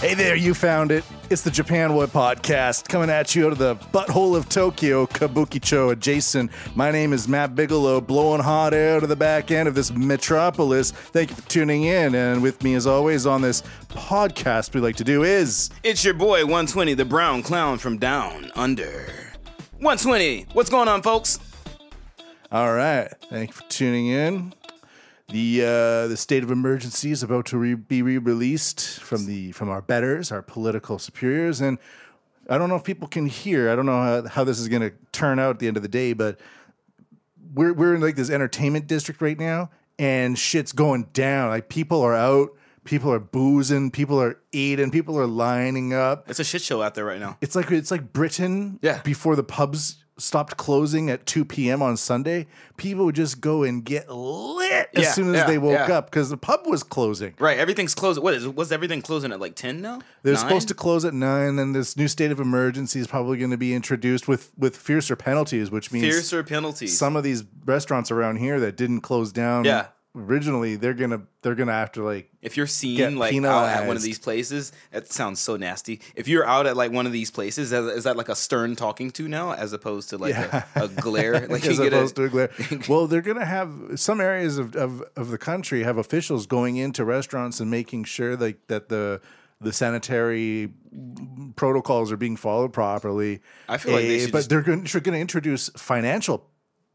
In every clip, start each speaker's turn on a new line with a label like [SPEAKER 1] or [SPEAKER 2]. [SPEAKER 1] Hey there, you found it. It's the Japan What Podcast coming at you out of the butthole of Tokyo, Kabukicho adjacent. My name is Matt Bigelow, blowing hot air to the back end of this metropolis. Thank you for tuning in. And with me, as always, on this podcast, we like to do is
[SPEAKER 2] It's your boy 120, the brown clown from down under. 120, what's going on, folks?
[SPEAKER 1] all right. Thank you for tuning in. The uh, the state of emergency is about to re- be re released from the from our betters, our political superiors, and I don't know if people can hear. I don't know how, how this is going to turn out at the end of the day, but we're we're in like this entertainment district right now, and shit's going down. Like people are out, people are boozing, people are eating, people are lining up.
[SPEAKER 2] It's a shit show out there right now.
[SPEAKER 1] It's like it's like Britain
[SPEAKER 2] Yeah.
[SPEAKER 1] before the pubs stopped closing at 2 p.m. on Sunday. People would just go and get lit as
[SPEAKER 2] Yeah,
[SPEAKER 1] soon as
[SPEAKER 2] yeah,
[SPEAKER 1] they woke
[SPEAKER 2] yeah.
[SPEAKER 1] up because the pub was closing.
[SPEAKER 2] Right, everything's closed. What is was everything closing at like 10 now?
[SPEAKER 1] They're supposed to close at nine, and this new state of emergency is probably going to be introduced with with fiercer penalties, which means
[SPEAKER 2] fiercer penalties.
[SPEAKER 1] some of these restaurants around here that didn't close down
[SPEAKER 2] Yeah.
[SPEAKER 1] originally, they're gonna they're gonna have to like
[SPEAKER 2] if you're seen
[SPEAKER 1] get
[SPEAKER 2] like out at one of
[SPEAKER 1] penalized.
[SPEAKER 2] these places, that sounds so nasty. If you're out at like one of these places, is is that like a stern talking to now as opposed to like a, a glare? Like
[SPEAKER 1] as
[SPEAKER 2] you get a-
[SPEAKER 1] opposed to a glare. well, they're going to have some areas of, of, of the country have officials going into restaurants and making sure like that the the sanitary protocols are being followed properly.
[SPEAKER 2] I feel like they
[SPEAKER 1] Eh,
[SPEAKER 2] should
[SPEAKER 1] but
[SPEAKER 2] just-
[SPEAKER 1] they're going to introduce financial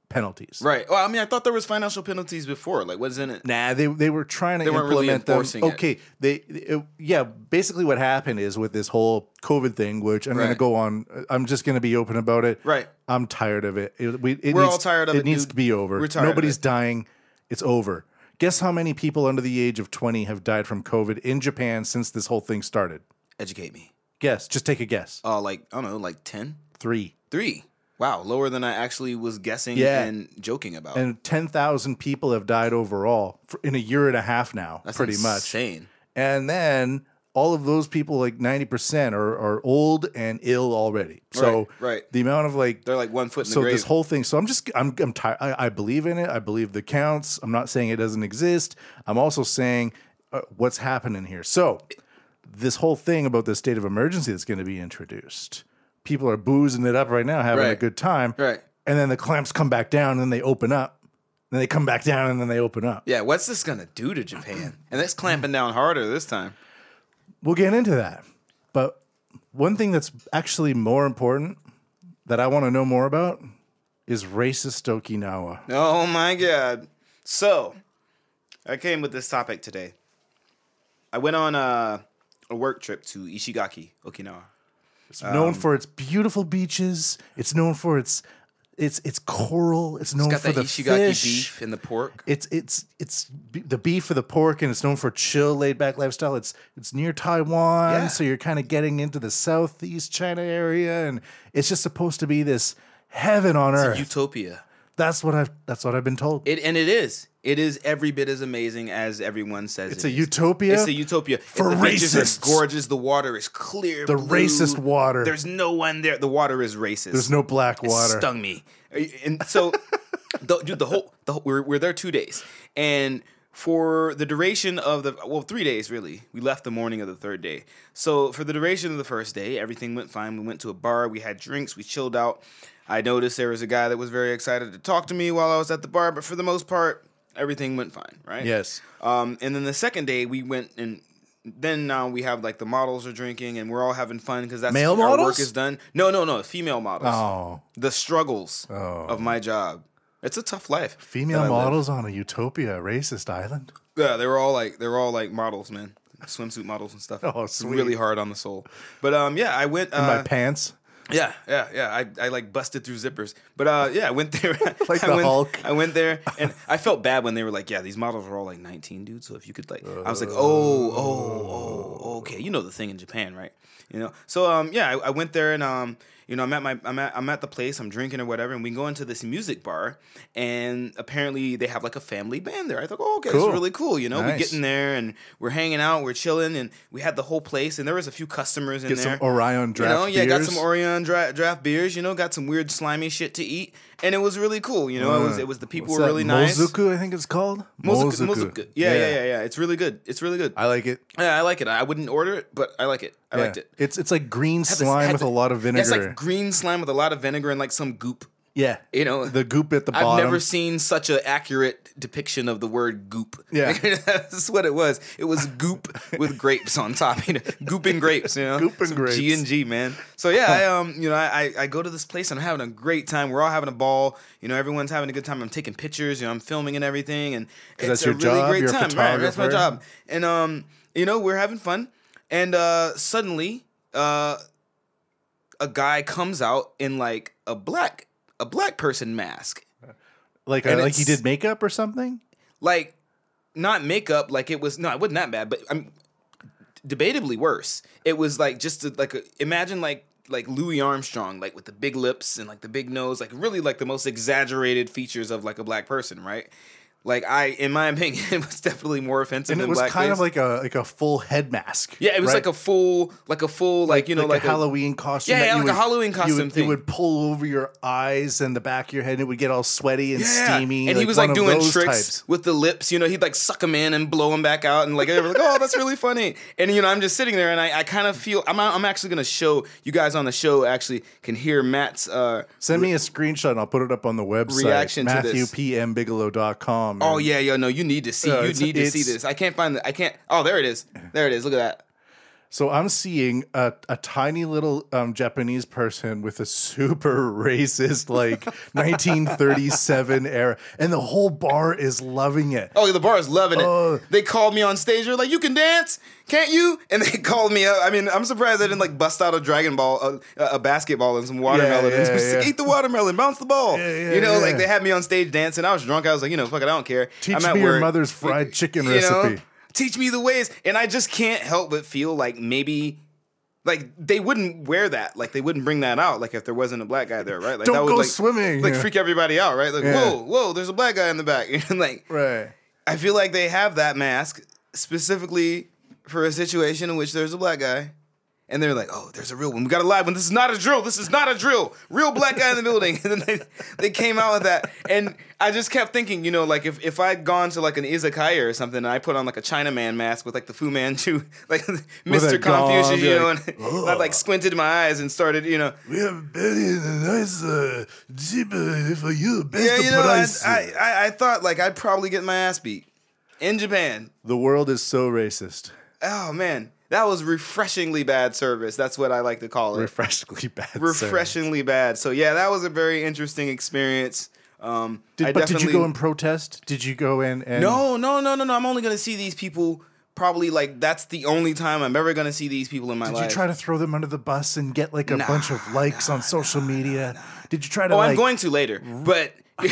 [SPEAKER 1] penalties.
[SPEAKER 2] Right. Well, I mean, I thought there was financial penalties before. Like, wasn't it?
[SPEAKER 1] Nah, they they were trying to
[SPEAKER 2] They weren't
[SPEAKER 1] implement
[SPEAKER 2] really
[SPEAKER 1] them.
[SPEAKER 2] enforcing it.
[SPEAKER 1] Okay, they it- yeah. Basically, what happened is with this whole COVID thing, which I'm going to
[SPEAKER 2] Right.
[SPEAKER 1] go on. I'm just going to be open about it.
[SPEAKER 2] Right.
[SPEAKER 1] I'm tired of it. it, we, it
[SPEAKER 2] We're
[SPEAKER 1] needs-
[SPEAKER 2] all tired of it,
[SPEAKER 1] needs
[SPEAKER 2] dude.
[SPEAKER 1] to be over.
[SPEAKER 2] We're tired of
[SPEAKER 1] Nobody's
[SPEAKER 2] it.
[SPEAKER 1] dying. It's over. Guess how many people under the age of 20 have died from COVID in Japan since this whole thing started?
[SPEAKER 2] Educate me.
[SPEAKER 1] Guess. Just take a guess.
[SPEAKER 2] Oh, like I don't know, like ten.
[SPEAKER 1] Three.
[SPEAKER 2] Three. Wow, lower than I actually was guessing
[SPEAKER 1] Yeah.
[SPEAKER 2] and joking about.
[SPEAKER 1] And 10,000 people have died overall for, in a year and a half now,
[SPEAKER 2] That's
[SPEAKER 1] pretty much.
[SPEAKER 2] insane.
[SPEAKER 1] and then all of those people like 90% are, are old and ill already so
[SPEAKER 2] Right, right.
[SPEAKER 1] the amount of like
[SPEAKER 2] They're like one foot in
[SPEAKER 1] so
[SPEAKER 2] the grave.
[SPEAKER 1] this whole thing so i'm just i'm, I'm tired I, I believe in it i believe the counts i'm not saying it doesn't exist i'm also saying uh, what's happening here so this whole thing about the state of emergency that's going to be introduced people are boozing it up right now having a
[SPEAKER 2] Right.
[SPEAKER 1] good time
[SPEAKER 2] right.
[SPEAKER 1] and then the clamps come back down and then they open up then they come back down and then they open up
[SPEAKER 2] Yeah, what's this gonna do to Japan? And that's clamping down harder this time.
[SPEAKER 1] We'll get into that. But one thing that's actually more important that I want to know more about is racist Okinawa.
[SPEAKER 2] Oh my god. So I came with this topic today. I went on a, a work trip to Ishigaki, Okinawa.
[SPEAKER 1] It's known
[SPEAKER 2] Um,
[SPEAKER 1] for its beautiful beaches. It's known for its its its coral. It's known
[SPEAKER 2] Got
[SPEAKER 1] for
[SPEAKER 2] that
[SPEAKER 1] the
[SPEAKER 2] Ishigaki
[SPEAKER 1] fish.
[SPEAKER 2] beef and the pork.
[SPEAKER 1] It's it's it's b- the beef for the pork, and it's known for chill, laid back lifestyle. It's it's near Taiwan,
[SPEAKER 2] Yeah.
[SPEAKER 1] so you're kind of getting into the southeast China area, and it's just supposed to be this heaven on earth.
[SPEAKER 2] Utopia.
[SPEAKER 1] that's what I've that's what I've been told.
[SPEAKER 2] It and it is. It is every bit as amazing as everyone says.
[SPEAKER 1] It's
[SPEAKER 2] it
[SPEAKER 1] a
[SPEAKER 2] is.
[SPEAKER 1] utopia.
[SPEAKER 2] It's a utopia
[SPEAKER 1] For
[SPEAKER 2] the beaches are
[SPEAKER 1] racists.
[SPEAKER 2] gorgeous. The water is clear. The
[SPEAKER 1] racist water.
[SPEAKER 2] There's no one there. The water is racist.
[SPEAKER 1] There's no black water.
[SPEAKER 2] Stung me. And so, the, dude, the whole the whole, we're we're there two days, and for the duration of the well, three days really. We left the morning of the third day. So for the duration of the first day, everything went fine. We went to a bar. We had drinks. We chilled out. I noticed there was a guy that was very excited to talk to me while I was at the bar, but for the most part, everything went fine. Right?
[SPEAKER 1] Yes.
[SPEAKER 2] Um, and then the second day we went and then now we have like the models are drinking and we're all having fun because that's
[SPEAKER 1] Male
[SPEAKER 2] our
[SPEAKER 1] models?
[SPEAKER 2] work is done. No, no, no, female models.
[SPEAKER 1] Oh,
[SPEAKER 2] The struggles of my job. It's a tough life. that I
[SPEAKER 1] female
[SPEAKER 2] live.
[SPEAKER 1] models on a utopia racist island.
[SPEAKER 2] Yeah, they were all like they were all like models, man. Swimsuit models and stuff.
[SPEAKER 1] Oh,
[SPEAKER 2] It's
[SPEAKER 1] sweet.
[SPEAKER 2] Really hard on the soul. But um, yeah, I went. Uh,
[SPEAKER 1] My pants.
[SPEAKER 2] yeah, yeah, yeah. I, I like busted through zippers, but uh, yeah, I went there.
[SPEAKER 1] Like
[SPEAKER 2] I
[SPEAKER 1] the
[SPEAKER 2] went,
[SPEAKER 1] Hulk.
[SPEAKER 2] I went there, and I felt bad when they were like, "Yeah, these models are all like 19, dude." So if you could like, I was like, "Oh, oh, oh, okay." You know the thing in Japan, right? You know. So um, yeah, I, I went there, and um, you know, I'm at my, I'm at, I'm at the place, I'm drinking or whatever, and we go into this music bar, and apparently they have like a family band there. I thought, "Oh, okay, this
[SPEAKER 1] Cool.
[SPEAKER 2] is really cool." You know, we
[SPEAKER 1] Nice.
[SPEAKER 2] get in there and we're hanging out, we're chilling, and we had the whole place, and there was a few customers in
[SPEAKER 1] Get
[SPEAKER 2] there.
[SPEAKER 1] some Orion
[SPEAKER 2] You know,
[SPEAKER 1] draft
[SPEAKER 2] yeah, got
[SPEAKER 1] beers.
[SPEAKER 2] some Orion dra- draft beers. You know, got some weird slimy shit to eat, and it was really cool. You know, it was it was the people were really nice.
[SPEAKER 1] Uh, Mozuku, I think it's called.
[SPEAKER 2] Mozuku, Mozuku. Yeah, yeah, yeah, yeah, It's really good. It's really good. I,
[SPEAKER 1] I like it.
[SPEAKER 2] yeah, I like it. I wouldn't order it, but I like it. I liked
[SPEAKER 1] Yeah.
[SPEAKER 2] it.
[SPEAKER 1] It's it's like green
[SPEAKER 2] Had this-
[SPEAKER 1] slime
[SPEAKER 2] had
[SPEAKER 1] with a
[SPEAKER 2] the-
[SPEAKER 1] lot of
[SPEAKER 2] yeah,
[SPEAKER 1] vinegar.
[SPEAKER 2] It's like green slime with a lot of vinegar and like some goop.
[SPEAKER 1] yeah,
[SPEAKER 2] You know,
[SPEAKER 1] the goop at the
[SPEAKER 2] I've
[SPEAKER 1] bottom.
[SPEAKER 2] never seen such an accurate depiction of the word goop.
[SPEAKER 1] Yeah.
[SPEAKER 2] that's what it was. It was goop with grapes on top. You know, goop and grapes. You know,
[SPEAKER 1] Goop and grapes.
[SPEAKER 2] G and G, man. So yeah, I um, you know, I, I I go to this place and I'm having a great time. We're all having a ball. You know, everyone's having a good time. I'm taking pictures. You know, I'm filming and everything, and it's
[SPEAKER 1] that's
[SPEAKER 2] a
[SPEAKER 1] your
[SPEAKER 2] really
[SPEAKER 1] job?
[SPEAKER 2] great
[SPEAKER 1] You're a
[SPEAKER 2] time. Right, that's my
[SPEAKER 1] photographer?
[SPEAKER 2] job. And um, you know, we're having fun, and uh, suddenly uh a guy comes out in like a black a black person mask
[SPEAKER 1] like
[SPEAKER 2] and
[SPEAKER 1] uh, like he
[SPEAKER 2] it's-
[SPEAKER 1] did makeup or something.
[SPEAKER 2] like not makeup like it was no it wasn't that bad but i'm debatably worse it was like just a, like a, imagine like like louis armstrong like with the big lips and like the big nose like really like the most exaggerated features of like a black person right like i in my opinion it was definitely more offensive
[SPEAKER 1] And
[SPEAKER 2] than
[SPEAKER 1] it was
[SPEAKER 2] blackface.
[SPEAKER 1] kind of like a like a full head mask.
[SPEAKER 2] yeah it was
[SPEAKER 1] right?
[SPEAKER 2] like a full like a full like, you know like,
[SPEAKER 1] a Halloween costume.
[SPEAKER 2] Yeah,
[SPEAKER 1] that
[SPEAKER 2] yeah,
[SPEAKER 1] you
[SPEAKER 2] like a
[SPEAKER 1] would-
[SPEAKER 2] Halloween
[SPEAKER 1] you
[SPEAKER 2] costume
[SPEAKER 1] would-
[SPEAKER 2] thing.
[SPEAKER 1] It would pull over your eyes and the back of your head, and it would get all sweaty and
[SPEAKER 2] Yeah.
[SPEAKER 1] steamy.
[SPEAKER 2] And he was
[SPEAKER 1] one
[SPEAKER 2] like
[SPEAKER 1] of
[SPEAKER 2] doing
[SPEAKER 1] those
[SPEAKER 2] tricks
[SPEAKER 1] types.
[SPEAKER 2] with the lips. You know, he'd like suck them in and blow them back out. And like, they were like, oh, that's really funny. And, you know, I'm just sitting there and I, I kind of feel I'm, I'm actually going to show you guys on the show actually can hear Matt's. Uh,
[SPEAKER 1] Send me a screenshot. and I'll put it up on the website.
[SPEAKER 2] Reaction to this.
[SPEAKER 1] MatthewPMBigelow.com.
[SPEAKER 2] oh, yeah, yo, no, you need to see.
[SPEAKER 1] Yeah,
[SPEAKER 2] you
[SPEAKER 1] Uh, it's-
[SPEAKER 2] need to see
[SPEAKER 1] it's-
[SPEAKER 2] this. I can't find the I can't. Oh, there it is. There it is. Look at that.
[SPEAKER 1] So I'm seeing a, a tiny little um, Japanese person with a super racist, like 1937 era, and the whole bar is loving it.
[SPEAKER 2] Oh, the bar is loving it.
[SPEAKER 1] Oh.
[SPEAKER 2] They called me on stage. They're like, "You can dance, can't you?" And they called me up. I mean, I'm surprised I didn't like bust out a Dragon Ball, a, a basketball, and some watermelon.
[SPEAKER 1] yeah,
[SPEAKER 2] Just
[SPEAKER 1] yeah.
[SPEAKER 2] Eat the watermelon, bounce the ball.
[SPEAKER 1] yeah,
[SPEAKER 2] you know,
[SPEAKER 1] yeah.
[SPEAKER 2] like they had me on stage dancing. I was drunk. I was like, you know, fuck it, I don't care.
[SPEAKER 1] Teach
[SPEAKER 2] I'm at
[SPEAKER 1] me your
[SPEAKER 2] work.
[SPEAKER 1] mother's fried chicken
[SPEAKER 2] You know?
[SPEAKER 1] recipe.
[SPEAKER 2] Teach me the ways, and I just can't help but feel like maybe. Like they wouldn't wear that. Like they wouldn't bring that out. Like if there wasn't a black guy there, right? Like
[SPEAKER 1] Don't
[SPEAKER 2] that would
[SPEAKER 1] go
[SPEAKER 2] like,
[SPEAKER 1] swimming.
[SPEAKER 2] Like
[SPEAKER 1] Yeah.
[SPEAKER 2] freak everybody out, right? Like
[SPEAKER 1] Yeah.
[SPEAKER 2] whoa, whoa, there's a black guy in the back. And like
[SPEAKER 1] Right.
[SPEAKER 2] I feel like they have that mask specifically for a situation in which there's a black guy. And they're like, oh, there's a real one. We got a live one. This is not a drill. This is not a drill. Real black guy in the building. And then they, they came out with that. And I just kept thinking, you know, like if, if I'd gone to like an izakaya or something and I put on like a Chinaman mask with like the Fu Manchu, like Mr.
[SPEAKER 1] gong,
[SPEAKER 2] Confucius,
[SPEAKER 1] be
[SPEAKER 2] you know,
[SPEAKER 1] like,
[SPEAKER 2] and I like squinted my eyes and started, you know,
[SPEAKER 1] We have Betty in a nice uh, jeep uh, for you. Best
[SPEAKER 2] yeah, you know, I,
[SPEAKER 1] price.
[SPEAKER 2] I, I, I thought like I'd probably get my ass beat in Japan.
[SPEAKER 1] the world is so racist.
[SPEAKER 2] Oh man, that was refreshingly bad service. That's what I like to call it.
[SPEAKER 1] Refreshingly bad. sir.
[SPEAKER 2] refreshingly bad. So yeah, that was a very interesting experience. Um,
[SPEAKER 1] Did,
[SPEAKER 2] I
[SPEAKER 1] but did you
[SPEAKER 2] definitely-
[SPEAKER 1] go and protest? Did you go in and
[SPEAKER 2] No, no, no, no, no. I'm only gonna see these people. Probably like that's the only time I'm ever gonna see these people in my
[SPEAKER 1] Did
[SPEAKER 2] life.
[SPEAKER 1] you try to throw them under the bus and get like a
[SPEAKER 2] Nah,
[SPEAKER 1] bunch of likes on social media? Did you try to
[SPEAKER 2] Oh,
[SPEAKER 1] like
[SPEAKER 2] I'm going to later, but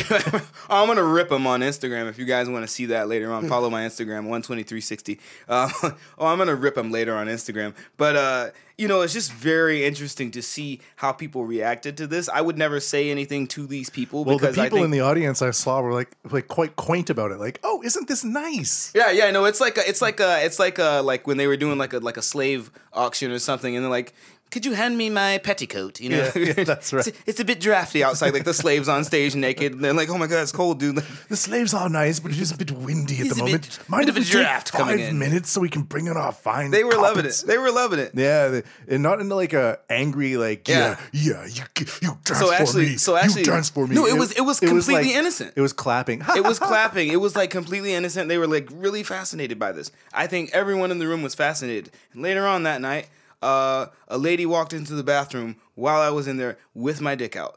[SPEAKER 2] I'm gonna rip them on Instagram. If you guys want to see that later on, follow my Instagram 12360. Uh, oh, I'm gonna rip them later on Instagram. But uh, you know, it's just very interesting to see how people reacted to this. I would never say anything to these people
[SPEAKER 1] Well, the
[SPEAKER 2] because
[SPEAKER 1] people
[SPEAKER 2] I think
[SPEAKER 1] in the audience I saw were like like quite quaint about it. Like, oh, isn't this nice?
[SPEAKER 2] Yeah, yeah, no, it's like a, it's like a, it's like a, like when they were doing like a, like a slave auction or something, and they're like, "Could you hand me my petticoat?" You know,
[SPEAKER 1] Yeah, yeah, that's right.
[SPEAKER 2] It's, it's a bit drafty outside. Like the slaves on stage naked, and they're like, "Oh my god, it's cold, dude." Like,
[SPEAKER 1] The slaves are nice, but it is a bit windy at
[SPEAKER 2] It's
[SPEAKER 1] the
[SPEAKER 2] a bit-
[SPEAKER 1] moment.
[SPEAKER 2] bit
[SPEAKER 1] Mind if
[SPEAKER 2] of a
[SPEAKER 1] we take
[SPEAKER 2] draft coming
[SPEAKER 1] five
[SPEAKER 2] in."
[SPEAKER 1] minutes so we can bring in our fine?
[SPEAKER 2] they were loving
[SPEAKER 1] carpets?
[SPEAKER 2] it. They were loving it.
[SPEAKER 1] Yeah, they, and not in like a angry like
[SPEAKER 2] Yeah.
[SPEAKER 1] yeah yeah, you you dance
[SPEAKER 2] So actually-
[SPEAKER 1] for me
[SPEAKER 2] so actually-
[SPEAKER 1] you dance for me.
[SPEAKER 2] no, it was- it was completely innocent.
[SPEAKER 1] It was clapping.
[SPEAKER 2] It was clapping. It was like completely innocent. They were like really fascinated by this. I think everyone in the room was fascinated. And later on that night, uh, a lady walked into the bathroom while I was in there with my dick out.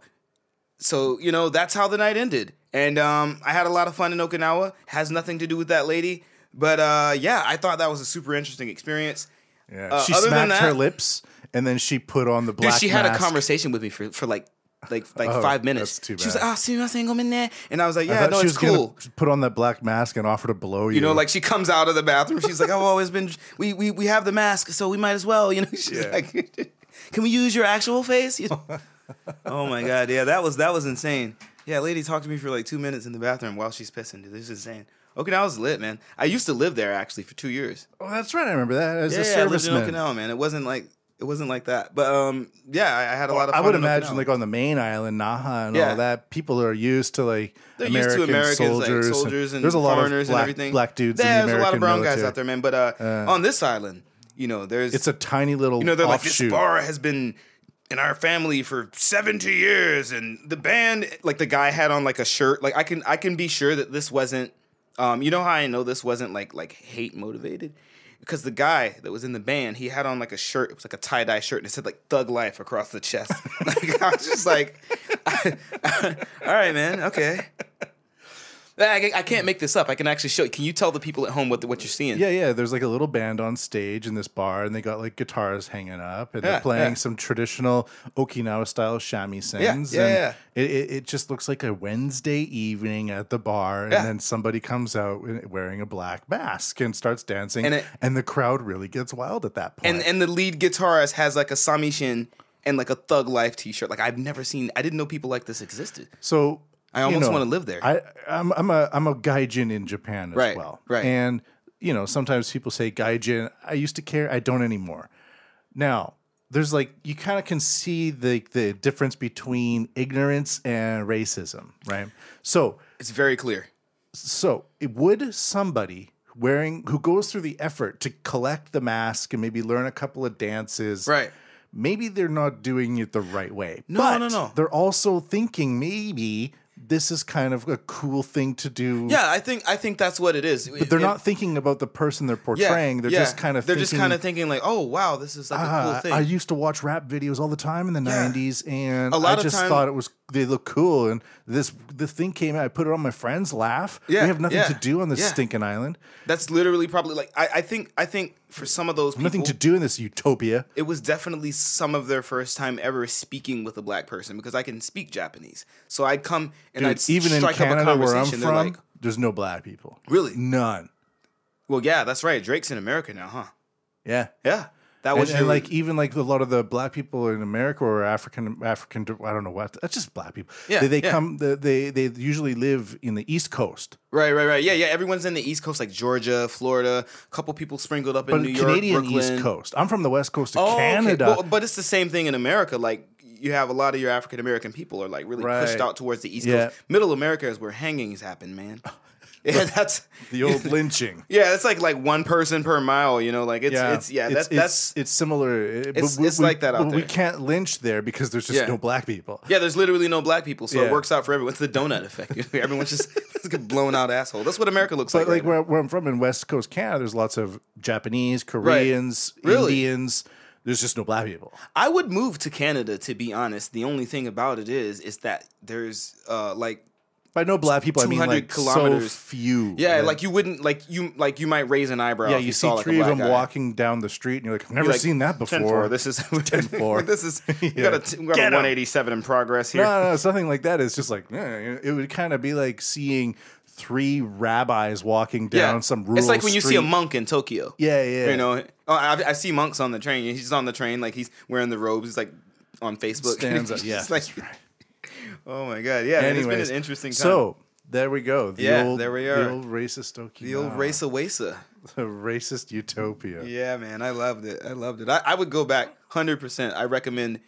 [SPEAKER 2] So you know that's how the night ended. And um, I had a lot of fun in Okinawa. Has nothing to do with that lady, but uh, yeah, I thought that was a super interesting experience.
[SPEAKER 1] Yeah.
[SPEAKER 2] Uh,
[SPEAKER 1] she
[SPEAKER 2] other than
[SPEAKER 1] smacked her
[SPEAKER 2] that-
[SPEAKER 1] lips and then she put on the
[SPEAKER 2] Dude,
[SPEAKER 1] black.
[SPEAKER 2] she had a
[SPEAKER 1] mask.
[SPEAKER 2] conversation with me for, for like like like
[SPEAKER 1] Oh,
[SPEAKER 2] five minutes.
[SPEAKER 1] that's too
[SPEAKER 2] She was
[SPEAKER 1] bad.
[SPEAKER 2] like, "Ah, see, I'm single man," there," and I was like,
[SPEAKER 1] I
[SPEAKER 2] "Yeah,
[SPEAKER 1] thought
[SPEAKER 2] no,
[SPEAKER 1] she was
[SPEAKER 2] it's
[SPEAKER 1] gonna
[SPEAKER 2] cool."
[SPEAKER 1] Put on that black mask and offer to blow you.
[SPEAKER 2] You know, like she comes out of the bathroom. She's like, "I've always been. We we we have the mask, so we might as well." You know, she's
[SPEAKER 1] Yeah.
[SPEAKER 2] like, "Can we use your actual face?" You know? oh my god, yeah, that was that was insane. Yeah, lady talked to me for like two minutes in the bathroom while she's pissing. Dude, this is insane. Okinawa's lit, man. I used to live there actually for two years.
[SPEAKER 1] oh, that's right. I remember that as a
[SPEAKER 2] Yeah, yeah, I lived in
[SPEAKER 1] serviceman.
[SPEAKER 2] Okinawa, man. It wasn't like It wasn't like that. But um, yeah, I, I had a lot of.
[SPEAKER 1] I
[SPEAKER 2] fun
[SPEAKER 1] would
[SPEAKER 2] on the
[SPEAKER 1] imagine,
[SPEAKER 2] canal.
[SPEAKER 1] like on the main island, Naha and
[SPEAKER 2] Yeah.
[SPEAKER 1] all that, people are used to like
[SPEAKER 2] They're
[SPEAKER 1] American,
[SPEAKER 2] used to Americans,
[SPEAKER 1] soldiers.
[SPEAKER 2] like soldiers and,
[SPEAKER 1] there's a lot of
[SPEAKER 2] foreigners
[SPEAKER 1] black,
[SPEAKER 2] and everything.
[SPEAKER 1] black dudes.
[SPEAKER 2] Yeah,
[SPEAKER 1] in the
[SPEAKER 2] there's a lot of
[SPEAKER 1] American
[SPEAKER 2] brown guys
[SPEAKER 1] military.
[SPEAKER 2] out there, man. But uh, on this island, you know, there's
[SPEAKER 1] It's a tiny little
[SPEAKER 2] you know, they're like this
[SPEAKER 1] offshoot.
[SPEAKER 2] bar has been in our family for 70 years and the band like the guy had on like a shirt like I can I can be sure that this wasn't um you know how I know this wasn't like like hate motivated because the guy that was in the band he had on like a shirt it was like a tie-dye shirt and it said like thug life across the chest like, I was just like all right man okay I, I can't make this up I can actually show you can you tell the people at home what what you're seeing
[SPEAKER 1] Yeah, yeah. There's like a little band on stage in this bar, and they got like guitars hanging up, and
[SPEAKER 2] Yeah,
[SPEAKER 1] they're playing
[SPEAKER 2] yeah.
[SPEAKER 1] some traditional Okinawa style shamisen.
[SPEAKER 2] Yeah, yeah,
[SPEAKER 1] and It, it, it just looks like a Wednesday evening at the bar, and
[SPEAKER 2] Yeah.
[SPEAKER 1] then somebody comes out wearing a black mask and starts dancing, and,
[SPEAKER 2] And it-
[SPEAKER 1] the crowd really gets wild at that point.
[SPEAKER 2] and and the lead guitarist has like a Samishin and like a Thug Life T-shirt. Like I've never seen. I didn't know people like this existed.
[SPEAKER 1] So
[SPEAKER 2] I
[SPEAKER 1] you
[SPEAKER 2] almost
[SPEAKER 1] know,
[SPEAKER 2] wanna live there.
[SPEAKER 1] I, I'm I'm a I'm a gaijin in Japan as
[SPEAKER 2] Right,
[SPEAKER 1] well.
[SPEAKER 2] right.
[SPEAKER 1] And you know, sometimes people say gaijin. I used to care. I don't anymore. Now there's like you kind of can see the the difference between ignorance and racism, right? So
[SPEAKER 2] It's very clear.
[SPEAKER 1] so it- would somebody wearing who goes through the effort to collect the mask and maybe learn a couple of dances,
[SPEAKER 2] Right.
[SPEAKER 1] maybe they're not doing it the right way.
[SPEAKER 2] No,
[SPEAKER 1] but
[SPEAKER 2] no, no.
[SPEAKER 1] They're also thinking maybe this is kind of a cool thing to do.
[SPEAKER 2] Yeah, I think I think that's what it is.
[SPEAKER 1] But they're not thinking about the person they're portraying. they're just kind of
[SPEAKER 2] they're
[SPEAKER 1] thinking,
[SPEAKER 2] just kind of thinking like, oh wow, this is like a cool
[SPEAKER 1] "Ah,
[SPEAKER 2] thing.
[SPEAKER 1] I used to watch rap videos all the time in the
[SPEAKER 2] Yeah.
[SPEAKER 1] 90s and
[SPEAKER 2] A lot
[SPEAKER 1] I
[SPEAKER 2] of
[SPEAKER 1] just
[SPEAKER 2] time-
[SPEAKER 1] thought it was they look cool and this the thing came out I put it on my friend's laugh.
[SPEAKER 2] Yeah,
[SPEAKER 1] we have nothing
[SPEAKER 2] yeah,
[SPEAKER 1] to do on this
[SPEAKER 2] yeah.
[SPEAKER 1] stinking island.
[SPEAKER 2] that's literally probably like I, I think I think for some of those people,
[SPEAKER 1] Nothing to do in this utopia.
[SPEAKER 2] it was definitely some of their first time ever speaking with a black person because I can speak Japanese. So I'd come and
[SPEAKER 1] Dude,
[SPEAKER 2] I'd
[SPEAKER 1] even in
[SPEAKER 2] strike up a
[SPEAKER 1] Canada where I'm
[SPEAKER 2] conversation.
[SPEAKER 1] from,
[SPEAKER 2] They're like,
[SPEAKER 1] there's no black people.
[SPEAKER 2] Really?
[SPEAKER 1] None.
[SPEAKER 2] well, yeah, that's right. Drake's in America now, huh?
[SPEAKER 1] Yeah.
[SPEAKER 2] Yeah, that
[SPEAKER 1] and,
[SPEAKER 2] was
[SPEAKER 1] and,
[SPEAKER 2] your-
[SPEAKER 1] like even like a lot of the black people in America or African African I don't know what that's just black people.
[SPEAKER 2] Yeah,
[SPEAKER 1] they, they
[SPEAKER 2] yeah.
[SPEAKER 1] come they, they they usually live in the East Coast,
[SPEAKER 2] Right, right, right. Yeah, yeah. Everyone's in the East Coast, like Georgia, Florida. A couple people sprinkled up in
[SPEAKER 1] but
[SPEAKER 2] New York,
[SPEAKER 1] Canadian
[SPEAKER 2] Brooklyn.
[SPEAKER 1] East Coast. I'm from the West Coast of
[SPEAKER 2] Oh, okay.
[SPEAKER 1] Canada.
[SPEAKER 2] Well, but it's the same thing in America. Like you have a lot of your African American people are like really pushed
[SPEAKER 1] Right.
[SPEAKER 2] out towards the East
[SPEAKER 1] Yeah.
[SPEAKER 2] Coast. Middle America is where hangings happen, man. Yeah, that's
[SPEAKER 1] the old lynching.
[SPEAKER 2] yeah. It's like like one person per mile. You know, like it's
[SPEAKER 1] Yeah,
[SPEAKER 2] it's yeah.
[SPEAKER 1] it's,
[SPEAKER 2] That's that's
[SPEAKER 1] it's, it's similar. It- but
[SPEAKER 2] It's- it's like that out
[SPEAKER 1] but We
[SPEAKER 2] there.
[SPEAKER 1] can't lynch there because there's just
[SPEAKER 2] Yeah.
[SPEAKER 1] no black people.
[SPEAKER 2] yeah. There's literally no black people, so
[SPEAKER 1] Yeah.
[SPEAKER 2] it works out for everyone. It's the donut effect. Everyone's just it's like a blown out asshole. That's what America looks
[SPEAKER 1] But
[SPEAKER 2] like.
[SPEAKER 1] like
[SPEAKER 2] right
[SPEAKER 1] where, where I'm from in West Coast Canada, there's lots of Japanese, Koreans,
[SPEAKER 2] Really?
[SPEAKER 1] Indians. There's just no black people.
[SPEAKER 2] I would move to Canada to be honest. The only thing about it is is that there's uh like
[SPEAKER 1] By no black people, I mean
[SPEAKER 2] 200
[SPEAKER 1] like
[SPEAKER 2] kilometers.
[SPEAKER 1] so few.
[SPEAKER 2] yeah, like you wouldn't like you like you might raise an eyebrow.
[SPEAKER 1] Yeah,
[SPEAKER 2] if
[SPEAKER 1] you,
[SPEAKER 2] you,
[SPEAKER 1] see
[SPEAKER 2] saw, like, a
[SPEAKER 1] three of
[SPEAKER 2] black
[SPEAKER 1] them
[SPEAKER 2] guy.
[SPEAKER 1] walking down the street, and you're like, "I've never
[SPEAKER 2] You're like,
[SPEAKER 1] seen that
[SPEAKER 2] 10-4,
[SPEAKER 1] before."
[SPEAKER 2] This is
[SPEAKER 1] 10-4.
[SPEAKER 2] like, this is we
[SPEAKER 1] Yeah.
[SPEAKER 2] got a t- we got
[SPEAKER 1] Get 'em.
[SPEAKER 2] a one eighty seven in progress here.
[SPEAKER 1] no, no, it's nothing like that. It's just like eh, it would kind of be like seeing three rabbis walking down some rural.
[SPEAKER 2] it's like when you see a
[SPEAKER 1] street.
[SPEAKER 2] monk in Tokyo.
[SPEAKER 1] Yeah, yeah.
[SPEAKER 2] you know. Oh, I, I see monks on the train. He's on the train, like he's wearing the robes. He's like on Facebook.
[SPEAKER 1] stands up.
[SPEAKER 2] He's
[SPEAKER 1] Yeah,
[SPEAKER 2] just like,
[SPEAKER 1] that's right.
[SPEAKER 2] oh my god. Yeah, man, it's
[SPEAKER 1] Anyways,
[SPEAKER 2] been an interesting time.
[SPEAKER 1] So there we go. The
[SPEAKER 2] Yeah,
[SPEAKER 1] old,
[SPEAKER 2] there we
[SPEAKER 1] The
[SPEAKER 2] are.
[SPEAKER 1] old racist Okinawa.
[SPEAKER 2] the old race of Wesa.
[SPEAKER 1] the racist utopia.
[SPEAKER 2] Yeah, man, I loved it. I loved it. I, I would go back, hundred percent. I recommend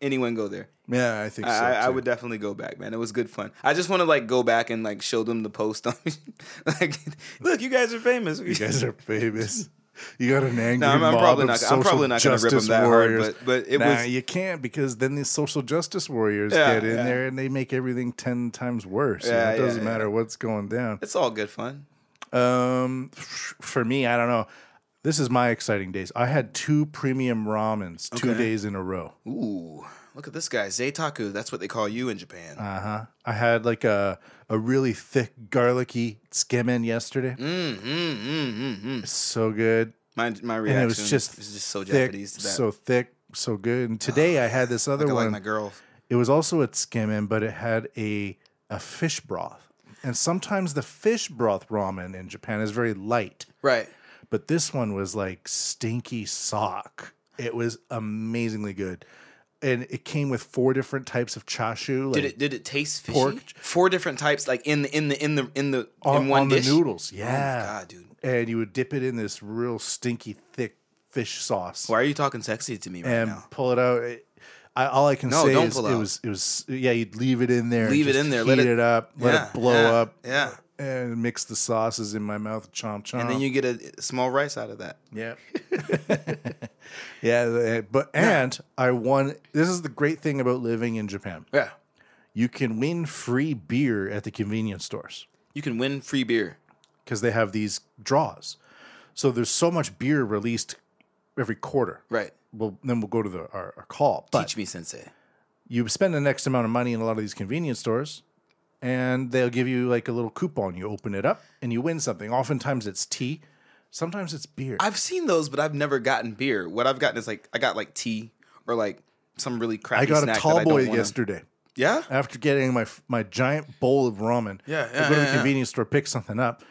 [SPEAKER 2] anyone go there.
[SPEAKER 1] Yeah, I think so.
[SPEAKER 2] I, I
[SPEAKER 1] too.
[SPEAKER 2] would definitely go back, man. It was good fun. I just want to like go back and like show them the post on, like, look, you guys are famous.
[SPEAKER 1] You guys are famous. You got an angry
[SPEAKER 2] No, I'm- I'm
[SPEAKER 1] mob
[SPEAKER 2] probably
[SPEAKER 1] of
[SPEAKER 2] not- I'm
[SPEAKER 1] social
[SPEAKER 2] probably not gonna rip 'em
[SPEAKER 1] justice
[SPEAKER 2] that hard,
[SPEAKER 1] warriors.
[SPEAKER 2] but- but it
[SPEAKER 1] Nah,
[SPEAKER 2] was-
[SPEAKER 1] you can't because then these social justice warriors
[SPEAKER 2] Yeah,
[SPEAKER 1] get in
[SPEAKER 2] yeah.
[SPEAKER 1] there and they make everything ten times worse. and
[SPEAKER 2] Yeah,
[SPEAKER 1] it doesn't
[SPEAKER 2] yeah,
[SPEAKER 1] matter what's going down.
[SPEAKER 2] it's all good fun.
[SPEAKER 1] Um, f- for me, I don't know. This is my exciting days. I had two premium ramens two days in a row.
[SPEAKER 2] Ooh, look at this guy, Zaytaku. That's what they call you in Japan.
[SPEAKER 1] Uh huh. I had like a a really thick garlicky skimming yesterday.
[SPEAKER 2] mm, mm, mm, mm, mm.
[SPEAKER 1] So good.
[SPEAKER 2] My my reaction.
[SPEAKER 1] And it was just
[SPEAKER 2] was just so
[SPEAKER 1] thick,
[SPEAKER 2] Oh, Japanese to that.
[SPEAKER 1] so thick, so good. And today I had this other
[SPEAKER 2] I like
[SPEAKER 1] one.
[SPEAKER 2] my girl.
[SPEAKER 1] It was also at Skimmin, but it had a a fish broth. And sometimes the fish broth ramen in Japan is very light,
[SPEAKER 2] Right.
[SPEAKER 1] but this one was like stinky sock. It was amazingly good. And it came with four different types of chashu, like
[SPEAKER 2] Did it did it taste fishy?
[SPEAKER 1] Pork.
[SPEAKER 2] Four different types, like in the in the in the in the
[SPEAKER 1] on,
[SPEAKER 2] in one
[SPEAKER 1] on
[SPEAKER 2] dish. Oh
[SPEAKER 1] the noodles. Yeah.
[SPEAKER 2] God, dude.
[SPEAKER 1] And you would dip it in this real stinky, thick fish sauce
[SPEAKER 2] Why are you talking sexy to me right
[SPEAKER 1] and
[SPEAKER 2] now?
[SPEAKER 1] pull it out. It- I, all I can
[SPEAKER 2] No,
[SPEAKER 1] say
[SPEAKER 2] don't
[SPEAKER 1] is
[SPEAKER 2] pull
[SPEAKER 1] it
[SPEAKER 2] out.
[SPEAKER 1] was it was yeah. You'd leave it in there, and
[SPEAKER 2] Leave it
[SPEAKER 1] just
[SPEAKER 2] in there, let
[SPEAKER 1] heat
[SPEAKER 2] it-
[SPEAKER 1] it, up, let
[SPEAKER 2] Yeah,
[SPEAKER 1] it blow
[SPEAKER 2] yeah,
[SPEAKER 1] up,
[SPEAKER 2] yeah.
[SPEAKER 1] and mix the sauces in my mouth, chomp chomp.
[SPEAKER 2] And then you get a small rice out of that.
[SPEAKER 1] Yeah. yeah, the- but and I won. This is the great thing about living in Japan.
[SPEAKER 2] Yeah.
[SPEAKER 1] You can win free beer at the convenience stores
[SPEAKER 2] You can win free beer.
[SPEAKER 1] because they have these draws. So there's so much beer released every quarter.
[SPEAKER 2] Right.
[SPEAKER 1] Well, then we'll go to the our, our call. But
[SPEAKER 2] Teach me, sensei.
[SPEAKER 1] you spend an X amount of money in a lot of these convenience stores, and they'll give you like a little coupon. You open it up and you win something. Oftentimes it's tea, sometimes it's beer.
[SPEAKER 2] I've seen those, but I've never gotten beer. What I've gotten is like I got like tea or like some really crappy.
[SPEAKER 1] I got a
[SPEAKER 2] snack
[SPEAKER 1] tall
[SPEAKER 2] that I don't
[SPEAKER 1] boy
[SPEAKER 2] wanna-
[SPEAKER 1] yesterday.
[SPEAKER 2] Yeah.
[SPEAKER 1] after getting my my giant bowl of ramen.
[SPEAKER 2] Yeah,
[SPEAKER 1] I go
[SPEAKER 2] yeah,
[SPEAKER 1] to
[SPEAKER 2] yeah,
[SPEAKER 1] the
[SPEAKER 2] yeah.
[SPEAKER 1] convenience store, pick something up,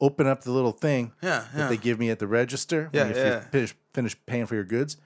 [SPEAKER 1] open up the little thing
[SPEAKER 2] Yeah, yeah.
[SPEAKER 1] that they give me at the register.
[SPEAKER 2] Yeah,
[SPEAKER 1] if
[SPEAKER 2] yeah.
[SPEAKER 1] you finish, finish paying for your goods,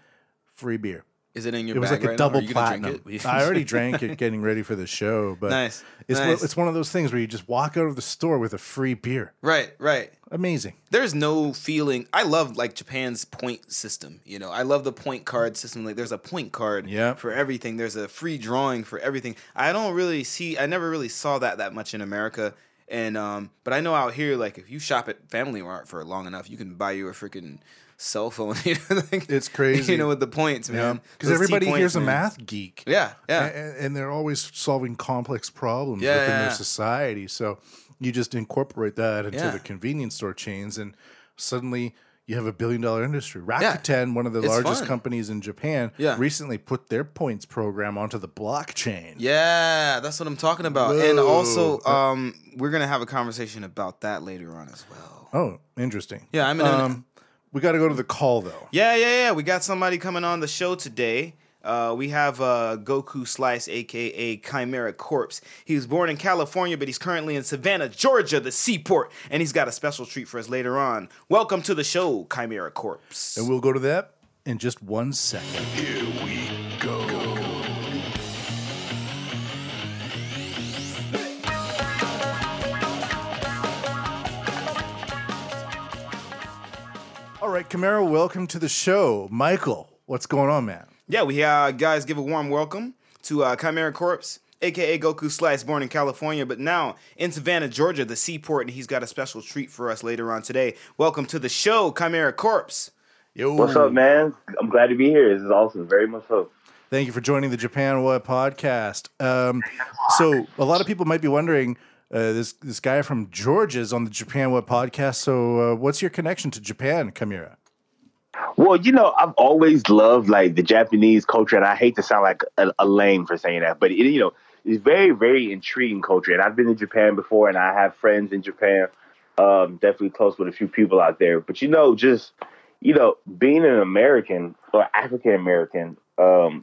[SPEAKER 1] free beer.
[SPEAKER 2] Is it in your?
[SPEAKER 1] It was
[SPEAKER 2] bag
[SPEAKER 1] like a
[SPEAKER 2] right now? Are
[SPEAKER 1] double
[SPEAKER 2] you gonna drink
[SPEAKER 1] platinum.
[SPEAKER 2] it?
[SPEAKER 1] I already drank it getting ready for the show, but
[SPEAKER 2] Nice,
[SPEAKER 1] It's one-
[SPEAKER 2] nice.
[SPEAKER 1] it's one of those things where you just walk out of the store with a free beer.
[SPEAKER 2] right, right.
[SPEAKER 1] Amazing.
[SPEAKER 2] there's no feeling i love like japan's point system you know i love the point card system like there's a point card
[SPEAKER 1] Yeah.
[SPEAKER 2] for everything there's a free drawing for everything i don't really see i never really saw that that much in america and um but i know out here like if you shop at family mart for long enough you can buy you a freaking cell phone you know, like,
[SPEAKER 1] It's crazy.
[SPEAKER 2] you know with the points man
[SPEAKER 1] Because
[SPEAKER 2] Those
[SPEAKER 1] Um,
[SPEAKER 2] T
[SPEAKER 1] everybody
[SPEAKER 2] points,
[SPEAKER 1] here's a
[SPEAKER 2] man.
[SPEAKER 1] math geek.
[SPEAKER 2] yeah yeah
[SPEAKER 1] A- and, and they're always solving complex problems
[SPEAKER 2] Yeah,
[SPEAKER 1] within
[SPEAKER 2] yeah,
[SPEAKER 1] their
[SPEAKER 2] yeah.
[SPEAKER 1] society. So you just incorporate that into
[SPEAKER 2] Yeah.
[SPEAKER 1] the convenience store chains, and suddenly you have a billion dollar industry. Rakuten, one of the largest
[SPEAKER 2] fun.
[SPEAKER 1] companies in Japan,
[SPEAKER 2] Yeah.
[SPEAKER 1] recently put their points program onto the blockchain.
[SPEAKER 2] yeah, that's what I'm talking about. And
[SPEAKER 1] Whoa.
[SPEAKER 2] also, um, we're gonna have a conversation about that later on as well.
[SPEAKER 1] Oh, interesting.
[SPEAKER 2] Yeah, I'm in an-
[SPEAKER 1] Um, we got to go to the call though.
[SPEAKER 2] Yeah, yeah, yeah. We got somebody coming on the show today. Uh, we have uh, Goku Slice, aka Chimera Corpse. He was born in California, but he's currently in Savannah, Georgia, the seaport, and he's got a special treat for us later on. Welcome to the show, Chimera Corpse.
[SPEAKER 1] And we'll go to that in just one second.
[SPEAKER 3] Here we go.
[SPEAKER 1] All right, Camaro, welcome to the show, Michael. What's going on, man?
[SPEAKER 2] Yeah, we uh, guys give a warm welcome to uh, Chimera Corpse, aka Goku Slice, born in California, but now in Savannah, Georgia, the seaport, and he's got a special treat for us later on today. Welcome to the show, Chimera Corpse.
[SPEAKER 1] Yo.
[SPEAKER 4] What's up, man? I'm glad to be here. This is awesome. Very much so.
[SPEAKER 1] Thank you for joining the Japan What podcast. Um, so, a lot of people might be wondering uh, this this guy from Georgia's on the Japan What podcast. So, uh, what's your connection to Japan, Kamira?
[SPEAKER 4] Well, you know, I've always loved like the Japanese culture, and I hate to sound like a, a lame for saying that, but it, you know, it's very, very intriguing culture. And I've been to Japan before, and I have friends in Japan. Um, definitely close with a few people out there, but you know, just you know, being an American or African American, um,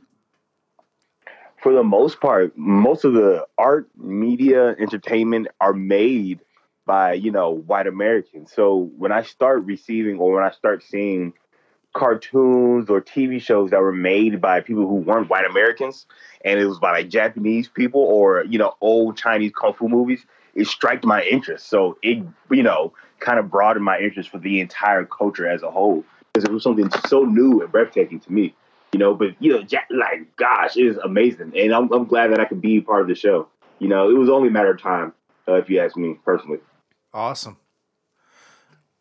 [SPEAKER 4] for the most part, most of the art, media, entertainment are made by you know white Americans. So when I start receiving or when I start seeing cartoons or TV shows that were made by people who weren't white Americans, and it was by like Japanese people or you know old Chinese kung fu movies, it striked my interest. So it you know kind of broadened my interest for the entire culture as a whole because it was something so new and breathtaking to me. You know, but you know, Ja- like gosh, it is amazing, and I'm, I'm glad that I could be part of the show. You know, it was only a matter of time, uh, if you ask me personally.
[SPEAKER 1] Awesome.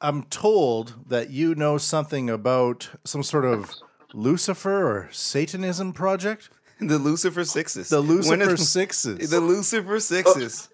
[SPEAKER 1] I'm told that you know something about some sort of Lucifer or Satanism project.
[SPEAKER 2] The Lucifer Sixes.
[SPEAKER 1] The
[SPEAKER 2] When
[SPEAKER 1] Lucifer
[SPEAKER 2] is-
[SPEAKER 1] Sixes.
[SPEAKER 2] The Lucifer Sixes.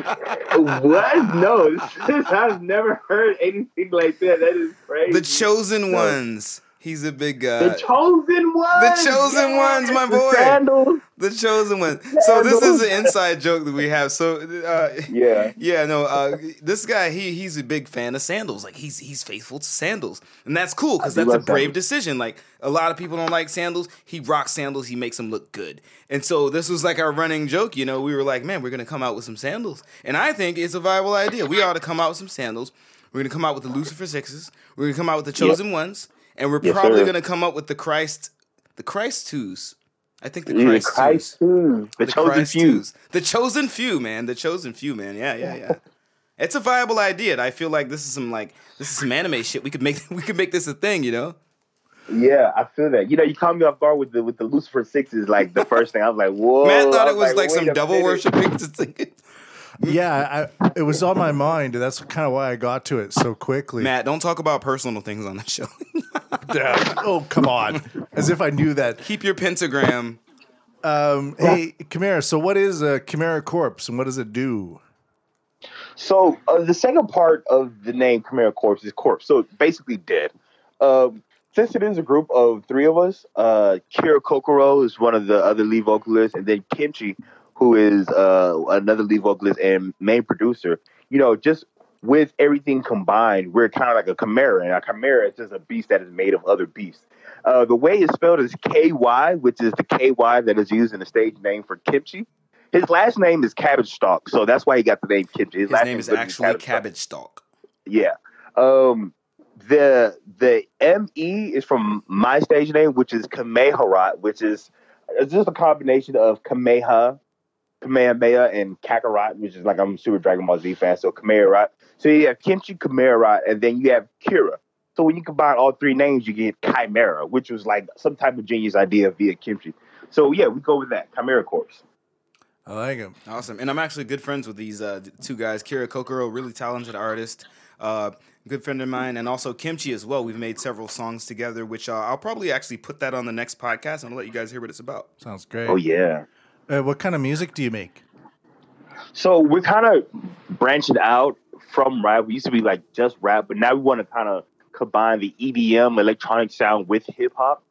[SPEAKER 4] what? No, I've never heard anything like that. That is crazy.
[SPEAKER 2] The chosen ones. He's a big guy.
[SPEAKER 4] The chosen ones.
[SPEAKER 2] uh, chosen ones, my
[SPEAKER 4] the
[SPEAKER 2] boy.
[SPEAKER 4] Sandals.
[SPEAKER 2] The chosen one. So this is an inside joke that we have. So uh,
[SPEAKER 4] Yeah.
[SPEAKER 2] yeah, no. Uh, this guy, he he's a big fan of sandals. Like he's he's faithful to sandals, and that's cool because
[SPEAKER 4] do
[SPEAKER 2] that's a
[SPEAKER 4] love
[SPEAKER 2] brave
[SPEAKER 4] sandals.
[SPEAKER 2] decision. Like a lot of people don't like sandals. He rocks sandals. He makes them look good. And so this was like our running joke. You know, we were like, man, we're gonna come out with some sandals, and I think it's a viable idea. We ought to come out with some sandals. We're gonna come out with the Lucifer Sixes. We're gonna come out with the Chosen Ones, and we're
[SPEAKER 4] Yes,
[SPEAKER 2] probably
[SPEAKER 4] sir.
[SPEAKER 2] gonna come up with the Christ, the Christ twos. I think the
[SPEAKER 4] Yeah,
[SPEAKER 2] Christ, twos
[SPEAKER 4] Christ, mm, the, chosen
[SPEAKER 2] Christ
[SPEAKER 4] few.
[SPEAKER 2] twos. The chosen few, man. The chosen few, man. Yeah, yeah, yeah. It's a viable idea, and I feel like this is some like this is some anime shit. We could make we could make this a thing, you know?
[SPEAKER 4] Yeah, I feel that. You know, you caught me off guard with the with the Lucifer sixes. Like the first thing, I was like, "Whoa!"
[SPEAKER 2] Man
[SPEAKER 4] I
[SPEAKER 2] thought it was like,
[SPEAKER 4] Oh, wait
[SPEAKER 2] some
[SPEAKER 4] a
[SPEAKER 2] devil
[SPEAKER 4] minute.
[SPEAKER 2] worshiping. Just like-
[SPEAKER 1] Yeah, I, it was on my mind. and That's kind of why I got to it so quickly.
[SPEAKER 2] Matt, don't talk about personal things on the show.
[SPEAKER 1] Yeah. Oh, come on. As if I knew that.
[SPEAKER 2] Keep your pentagram.
[SPEAKER 1] Um, hey, Chimera, so what is a Chimera Corpse and what does it do?
[SPEAKER 4] So uh, the second part of the name Chimera Corpse is corpse. So basically dead. Um, since it is a group of three of us, uh, Kira Kokoro is one of the other lead vocalists, and then Kimchi, who is uh, another lead vocalist and main producer. You know, just with everything combined, we're kind of like a chimera, and a chimera is just a beast that is made of other beasts. Uh, the way it's spelled is KY, which is the KY that is used in the stage name for Kimchi. His last name is Cabbage Stalk, so that's why he got the name Kimchi.
[SPEAKER 2] His
[SPEAKER 4] last
[SPEAKER 2] name is
[SPEAKER 4] literally
[SPEAKER 2] actually
[SPEAKER 4] Stalk.
[SPEAKER 2] Cabbage Stalk.
[SPEAKER 4] Yeah. Um the the M E is from my stage name, which is Kameharat, which is it's just a combination of Kameha, Kamehameha, and Kakarot, which is like I'm a super Dragon Ball Z fan, so Kameharat. So you have Kimchi Kameharat, and then you have Kira. So when you combine all three names, you get Chimera, which was like some type of genius idea via Kimchi. So yeah, we go with that Chimera Corpse.
[SPEAKER 1] I like him.
[SPEAKER 2] Awesome. And I'm actually good friends with these uh, two guys. Kira Kokoro, really talented artist, uh, good friend of mine, and also Kimchi as well. We've made several songs together, which uh, I'll probably actually put that on the next podcast and I'll let you guys hear what it's about.
[SPEAKER 1] Sounds great.
[SPEAKER 4] Oh yeah.
[SPEAKER 1] Uh, what kind of music do you make?
[SPEAKER 4] So we're kind of branching out from rap. We used to be like just rap, but now we want to kind of combine the EDM electronic sound with hip hop,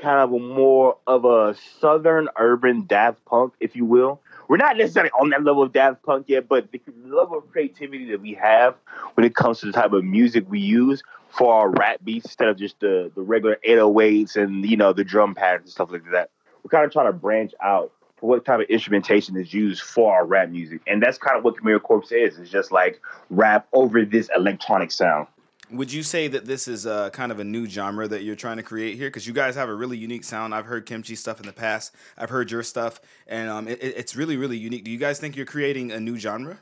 [SPEAKER 4] kind of a more of a southern urban Daft Punk, if you will. We're not necessarily on that level of Daft Punk yet, but the level of creativity that we have when it comes to the type of music we use for our rap beats instead of just the, the regular 808s and you know the drum patterns and stuff like that. We're kind of trying to branch out for what type of instrumentation is used for our rap music. And that's kind of what Chimera Corpse is. It's just like rap over this electronic sound.
[SPEAKER 2] Would you say that this is uh, kind of a new genre that you're trying to create here? Because you guys have a really unique sound. I've heard Kimchi stuff in the past, I've heard your stuff, and um, it, it- it's really, really unique. Do you guys think you're creating a new genre?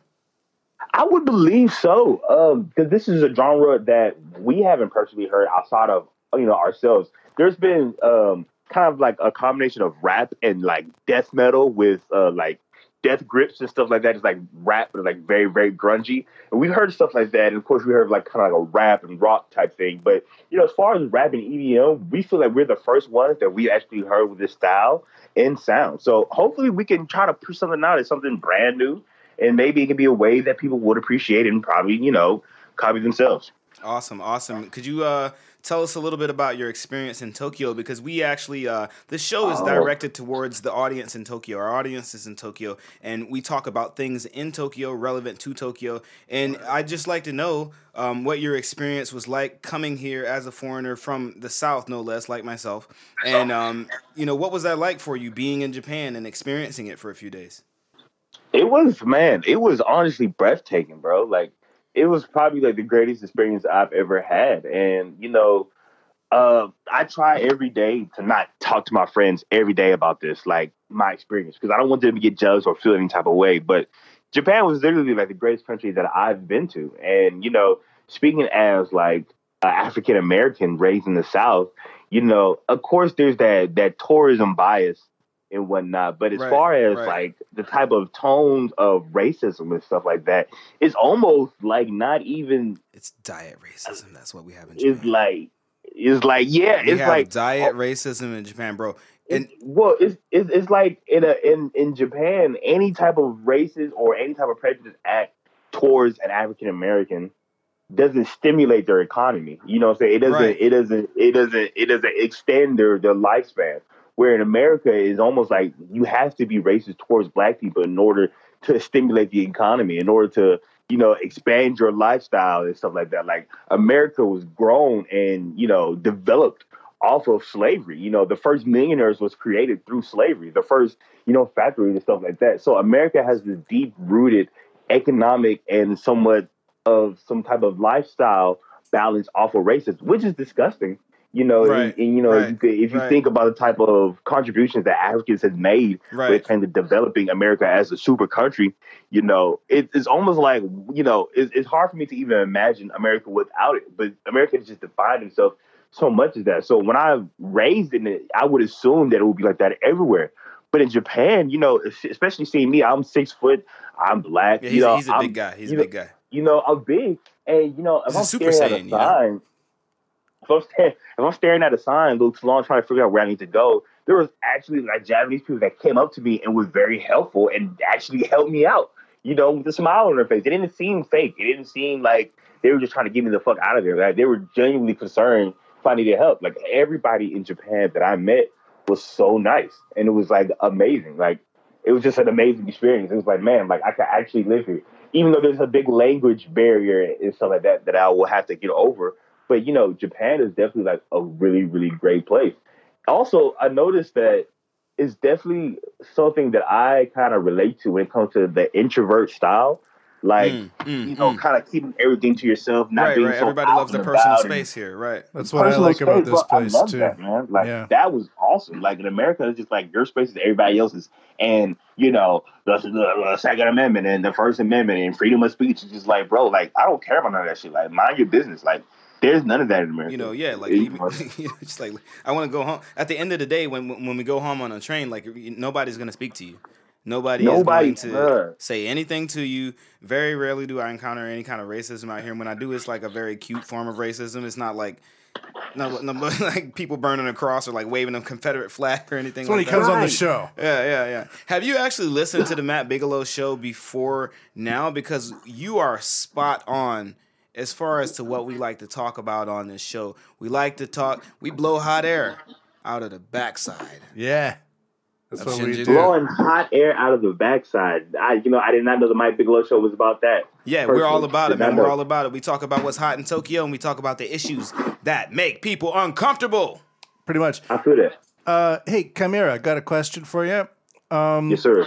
[SPEAKER 4] I would believe so, because this is a genre that we haven't personally heard outside of you know ourselves. There's been um, kind of like a combination of rap and like death metal with uh, like death grips and stuff like that. It's like rap, but like very very grungy. And we heard stuff like that, and of course we heard like kind of like a rap and rock type thing. But you know, as far as rap and EDM, we feel like we're the first ones that we actually heard with this style and sound. So hopefully we can try to push something out as something brand new and maybe it can be a way that people would appreciate it and probably you know copy themselves
[SPEAKER 2] Awesome, awesome. Could you uh, tell us a little bit about your experience in Tokyo? Because we actually, uh, this show is
[SPEAKER 4] Oh.
[SPEAKER 2] directed towards the audience in Tokyo. Our audience is in Tokyo, and we talk about things in Tokyo relevant to Tokyo. And I'd just like to know um, what your experience was like coming here as a foreigner from the South, no less, like myself. And, um, you know, what was that like for you being in Japan and experiencing it for a few days?
[SPEAKER 4] it was man it was honestly breathtaking bro like it was probably like the greatest experience i've ever had and you know uh, i try every day to not talk to my friends every day about this like my experience because i don't want them to get jealous or feel any type of way but japan was literally like the greatest country that i've been to and you know speaking as like an african american raised in the south you know of course there's that that tourism bias and whatnot but as
[SPEAKER 2] Right,
[SPEAKER 4] far as
[SPEAKER 2] right.
[SPEAKER 4] like like the type of tones of racism and stuff like that it's almost like not even
[SPEAKER 2] It's diet racism. That's what we have in Japan.
[SPEAKER 4] it's like it's like yeah
[SPEAKER 2] we
[SPEAKER 4] it's
[SPEAKER 2] have
[SPEAKER 4] like oh.
[SPEAKER 2] diet racism in Japan, bro. And
[SPEAKER 4] it, well it's, it's it's like in a in in Japan any type of racist or any type of prejudice act towards an African American doesn't stimulate their economy you know what I'm saying it doesn't
[SPEAKER 2] Right.
[SPEAKER 4] it doesn't it doesn't it doesn't extend their their lifespan where in America it's almost like you have to be racist towards black people in order to stimulate the economy in order to you know expand your lifestyle and stuff like that like america was grown and you know developed off of slavery you know the first millionaires was created through slavery the first you know factories and stuff like that so america has this deep rooted economic and somewhat of some type of lifestyle balance off of racism which is disgusting You know,
[SPEAKER 2] Right,
[SPEAKER 4] and, and, you know,
[SPEAKER 2] right,
[SPEAKER 4] if you, if you
[SPEAKER 2] right.
[SPEAKER 4] think about the type of contributions that Africans have made
[SPEAKER 2] Right.
[SPEAKER 4] when it came to developing America as a super country, you know, it, it's almost like you know, it, it's hard for me to even imagine America without it. But America has just defined himself so much as that. So when I raised in it, I would assume that it would be like that everywhere. But in Japan, you know, especially seeing me, I'm six foot, I'm black.
[SPEAKER 2] Yeah,
[SPEAKER 4] you
[SPEAKER 2] he's,
[SPEAKER 4] know,
[SPEAKER 2] he's a
[SPEAKER 4] I'm-
[SPEAKER 2] big guy. He's a
[SPEAKER 4] you know,
[SPEAKER 2] big guy.
[SPEAKER 4] you know, I'm big, and you know, if
[SPEAKER 2] He's a
[SPEAKER 4] I'm
[SPEAKER 2] super
[SPEAKER 4] staring
[SPEAKER 2] Saiyan,
[SPEAKER 4] at a
[SPEAKER 2] you know?
[SPEAKER 4] sign, if I'm staring, if I'm staring at a sign, Luke Long trying to figure out where I need to go, there was actually like Japanese people that came up to me and was very helpful and actually helped me out. You know, with a smile on their face, it didn't seem fake. It didn't seem like they were just trying to get me the fuck out of there. Like they were genuinely concerned if I needed help. Like everybody in Japan that I met was so nice, and it was like amazing. Like it was just an amazing experience. It was like, man, like I could actually live here, even though there's a big language barrier and stuff like that that I will have to get over. But you know, Japan is definitely like a really, really great place. Also, I noticed that it's definitely something that I kind of relate to when it comes to the introvert style, like
[SPEAKER 2] Mm, mm,
[SPEAKER 4] you know,
[SPEAKER 2] mm.
[SPEAKER 4] kind of keeping everything to yourself, not
[SPEAKER 2] right,
[SPEAKER 4] being
[SPEAKER 2] right.
[SPEAKER 4] so
[SPEAKER 2] Everybody
[SPEAKER 4] out
[SPEAKER 2] loves the
[SPEAKER 4] and
[SPEAKER 2] personal
[SPEAKER 4] about and-
[SPEAKER 2] space here, right?
[SPEAKER 1] That's what I
[SPEAKER 4] personal
[SPEAKER 1] like about
[SPEAKER 4] space,
[SPEAKER 1] this
[SPEAKER 4] bro,
[SPEAKER 1] place
[SPEAKER 4] I love
[SPEAKER 1] too.
[SPEAKER 4] That, man. Like
[SPEAKER 1] Yeah.
[SPEAKER 4] that was awesome. Like in America, it's just like your space is everybody else's, and you know the, the, the Second Amendment and the First Amendment and freedom of speech is just like, bro, like I don't care about none of that shit. Like mind your business. Like there's none of that in America.
[SPEAKER 2] you know, yeah, like
[SPEAKER 4] You
[SPEAKER 2] even,
[SPEAKER 4] know,
[SPEAKER 2] you know, just like I want to go home. At the end of the day, when when we go home on a train, like you- nobody's gonna speak to you. Nobody,
[SPEAKER 4] Nobody,
[SPEAKER 2] is going to
[SPEAKER 4] bruh.
[SPEAKER 2] say anything to you. Very rarely do I encounter any kind of racism out here. And when I do, it's like a very cute form of racism. It's not like no, no like people burning a cross or like waving a Confederate flag or anything.
[SPEAKER 1] That's when he
[SPEAKER 2] like that.
[SPEAKER 1] comes on the
[SPEAKER 4] Right.
[SPEAKER 1] show.
[SPEAKER 2] Yeah, yeah, yeah. Have you actually listened to the Matt Bigelow show before now? Because you are spot on as far as to what we like to talk about on this show. We like to talk, we blow hot air out of the backside.
[SPEAKER 1] Yeah. That's
[SPEAKER 2] Of
[SPEAKER 1] what we
[SPEAKER 2] Shinjuku.
[SPEAKER 1] do.
[SPEAKER 4] blowing hot air out of the backside. I, you know, I did not know the Mike Bigelow show was about that.
[SPEAKER 2] Yeah, we're all
[SPEAKER 4] Personally,
[SPEAKER 2] about it,
[SPEAKER 4] did not
[SPEAKER 2] man. We're
[SPEAKER 4] know.
[SPEAKER 2] all about it. We talk about what's hot in Tokyo and we talk about the issues that make people uncomfortable.
[SPEAKER 1] Pretty much.
[SPEAKER 4] I feel that.
[SPEAKER 1] Uh, hey, Chimera, got a question for you. Um,
[SPEAKER 4] Yes, sir.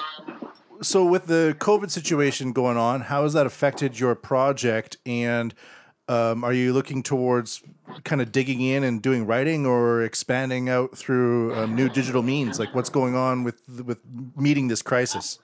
[SPEAKER 1] So, with the COVID situation going on, how has that affected your project? And um, are you looking towards kind of digging in and doing writing, or expanding out through um, new digital means? Like, what's going on with with meeting this crisis?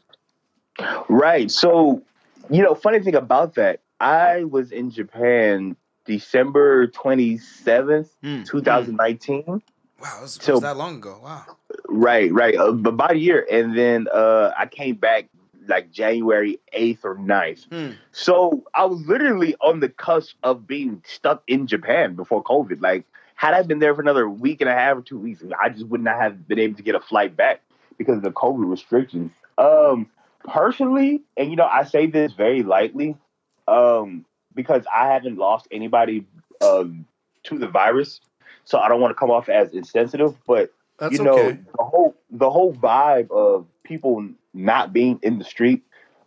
[SPEAKER 4] Right. So, you know, funny thing about that, I was in Japan December 27th,
[SPEAKER 2] Hmm.
[SPEAKER 4] 2019.
[SPEAKER 2] Wow, it was, it
[SPEAKER 4] So-
[SPEAKER 2] was that long ago. Wow.
[SPEAKER 4] Right, right. Uh, about a year. And then uh, I came back like January 8th or 9th.
[SPEAKER 2] Hmm.
[SPEAKER 4] So I was literally on the cusp of being stuck in Japan before COVID. Like, had I been there for another week and a half or two weeks, I just would not have been able to get a flight back because of the COVID restrictions. Um, personally, and you know, I say this very lightly, um, because I haven't lost anybody um, to the virus, so I don't want to come off as insensitive. But
[SPEAKER 1] That's
[SPEAKER 4] you know,
[SPEAKER 1] okay.
[SPEAKER 4] the whole the whole vibe of people not being in the street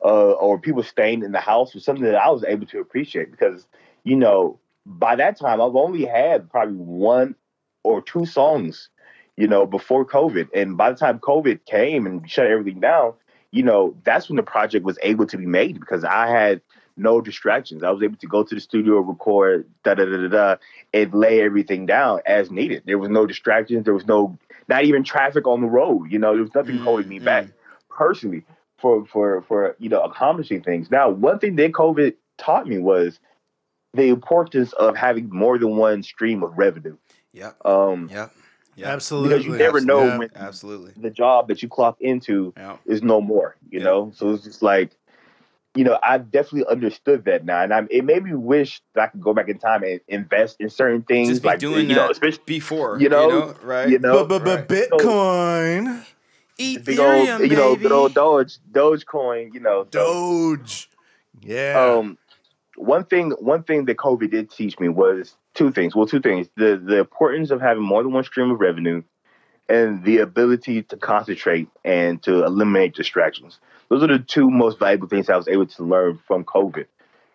[SPEAKER 4] uh, or people staying in the house was something that I was able to appreciate because you know by that time I've only had probably one or two songs, you know, before COVID, and by the time COVID came and shut everything down, you know, that's when the project was able to be made because I had no distractions. I was able to go to the studio, record, da da da da da, and lay everything down as needed. There was no distractions. There was no, not even traffic on the road. You know, there was nothing
[SPEAKER 2] Mm,
[SPEAKER 4] holding me
[SPEAKER 2] mm.
[SPEAKER 4] back personally for for for you know accomplishing things. Now, one thing that COVID taught me was the importance of having more than one stream of revenue.
[SPEAKER 2] Yep,
[SPEAKER 4] Um,
[SPEAKER 2] yep, yep.
[SPEAKER 1] Absolutely.
[SPEAKER 4] because you never know
[SPEAKER 1] Yeah.
[SPEAKER 4] when
[SPEAKER 2] Absolutely.
[SPEAKER 4] the job that you clock into
[SPEAKER 2] Yeah.
[SPEAKER 4] is no more, you
[SPEAKER 2] Yeah.
[SPEAKER 4] know? So it's just like, you know, I've definitely understood that now. And I'm, it made me wish that I could go back in time and invest in certain things.
[SPEAKER 2] Just be
[SPEAKER 4] like,
[SPEAKER 2] doing
[SPEAKER 4] you know,
[SPEAKER 2] that
[SPEAKER 4] especially,
[SPEAKER 2] before,
[SPEAKER 4] you know,
[SPEAKER 2] right?
[SPEAKER 4] you know,
[SPEAKER 1] But
[SPEAKER 2] Right.
[SPEAKER 1] Bitcoin,
[SPEAKER 4] the big old, you know, good old Doge, Dogecoin, you know. so-
[SPEAKER 1] Doge, yeah,
[SPEAKER 4] um one thing one thing that COVID did teach me was two things. Well, two things. The the importance of having more than one stream of revenue and the ability to concentrate and to eliminate distractions. Those are the two most valuable things I was able to learn from COVID.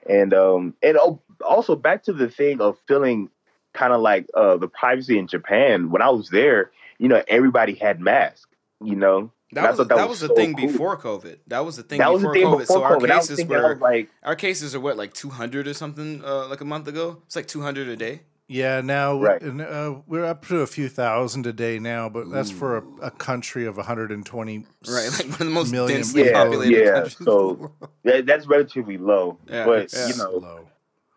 [SPEAKER 4] And um and al- also back to the thing of feeling kind of like uh the privacy in Japan when I was there, you know, everybody had masks, you know. And I
[SPEAKER 2] That was,
[SPEAKER 4] thought
[SPEAKER 2] that was
[SPEAKER 4] so
[SPEAKER 2] the thing
[SPEAKER 4] cool.
[SPEAKER 2] before COVID. That was the thing
[SPEAKER 4] That was
[SPEAKER 2] before
[SPEAKER 4] the thing
[SPEAKER 2] COVID.
[SPEAKER 4] before
[SPEAKER 2] so our
[SPEAKER 4] COVID. I was
[SPEAKER 2] cases
[SPEAKER 4] thinking I
[SPEAKER 2] were
[SPEAKER 4] was like
[SPEAKER 2] our cases are what like 200 or something uh, like a month ago. It's like 200 a day.
[SPEAKER 1] Yeah, now
[SPEAKER 4] Right.
[SPEAKER 1] and, uh, we're up to a few thousand a day now, but that's for a, a country of 120
[SPEAKER 2] Right, like one of the most
[SPEAKER 1] Million
[SPEAKER 2] densely
[SPEAKER 1] people.
[SPEAKER 4] yeah,
[SPEAKER 2] populated
[SPEAKER 4] yeah.
[SPEAKER 2] countries. in the
[SPEAKER 4] So
[SPEAKER 2] world.
[SPEAKER 4] that, that's relatively low.
[SPEAKER 2] Yeah,
[SPEAKER 4] but
[SPEAKER 2] yeah.
[SPEAKER 4] you know,
[SPEAKER 1] low.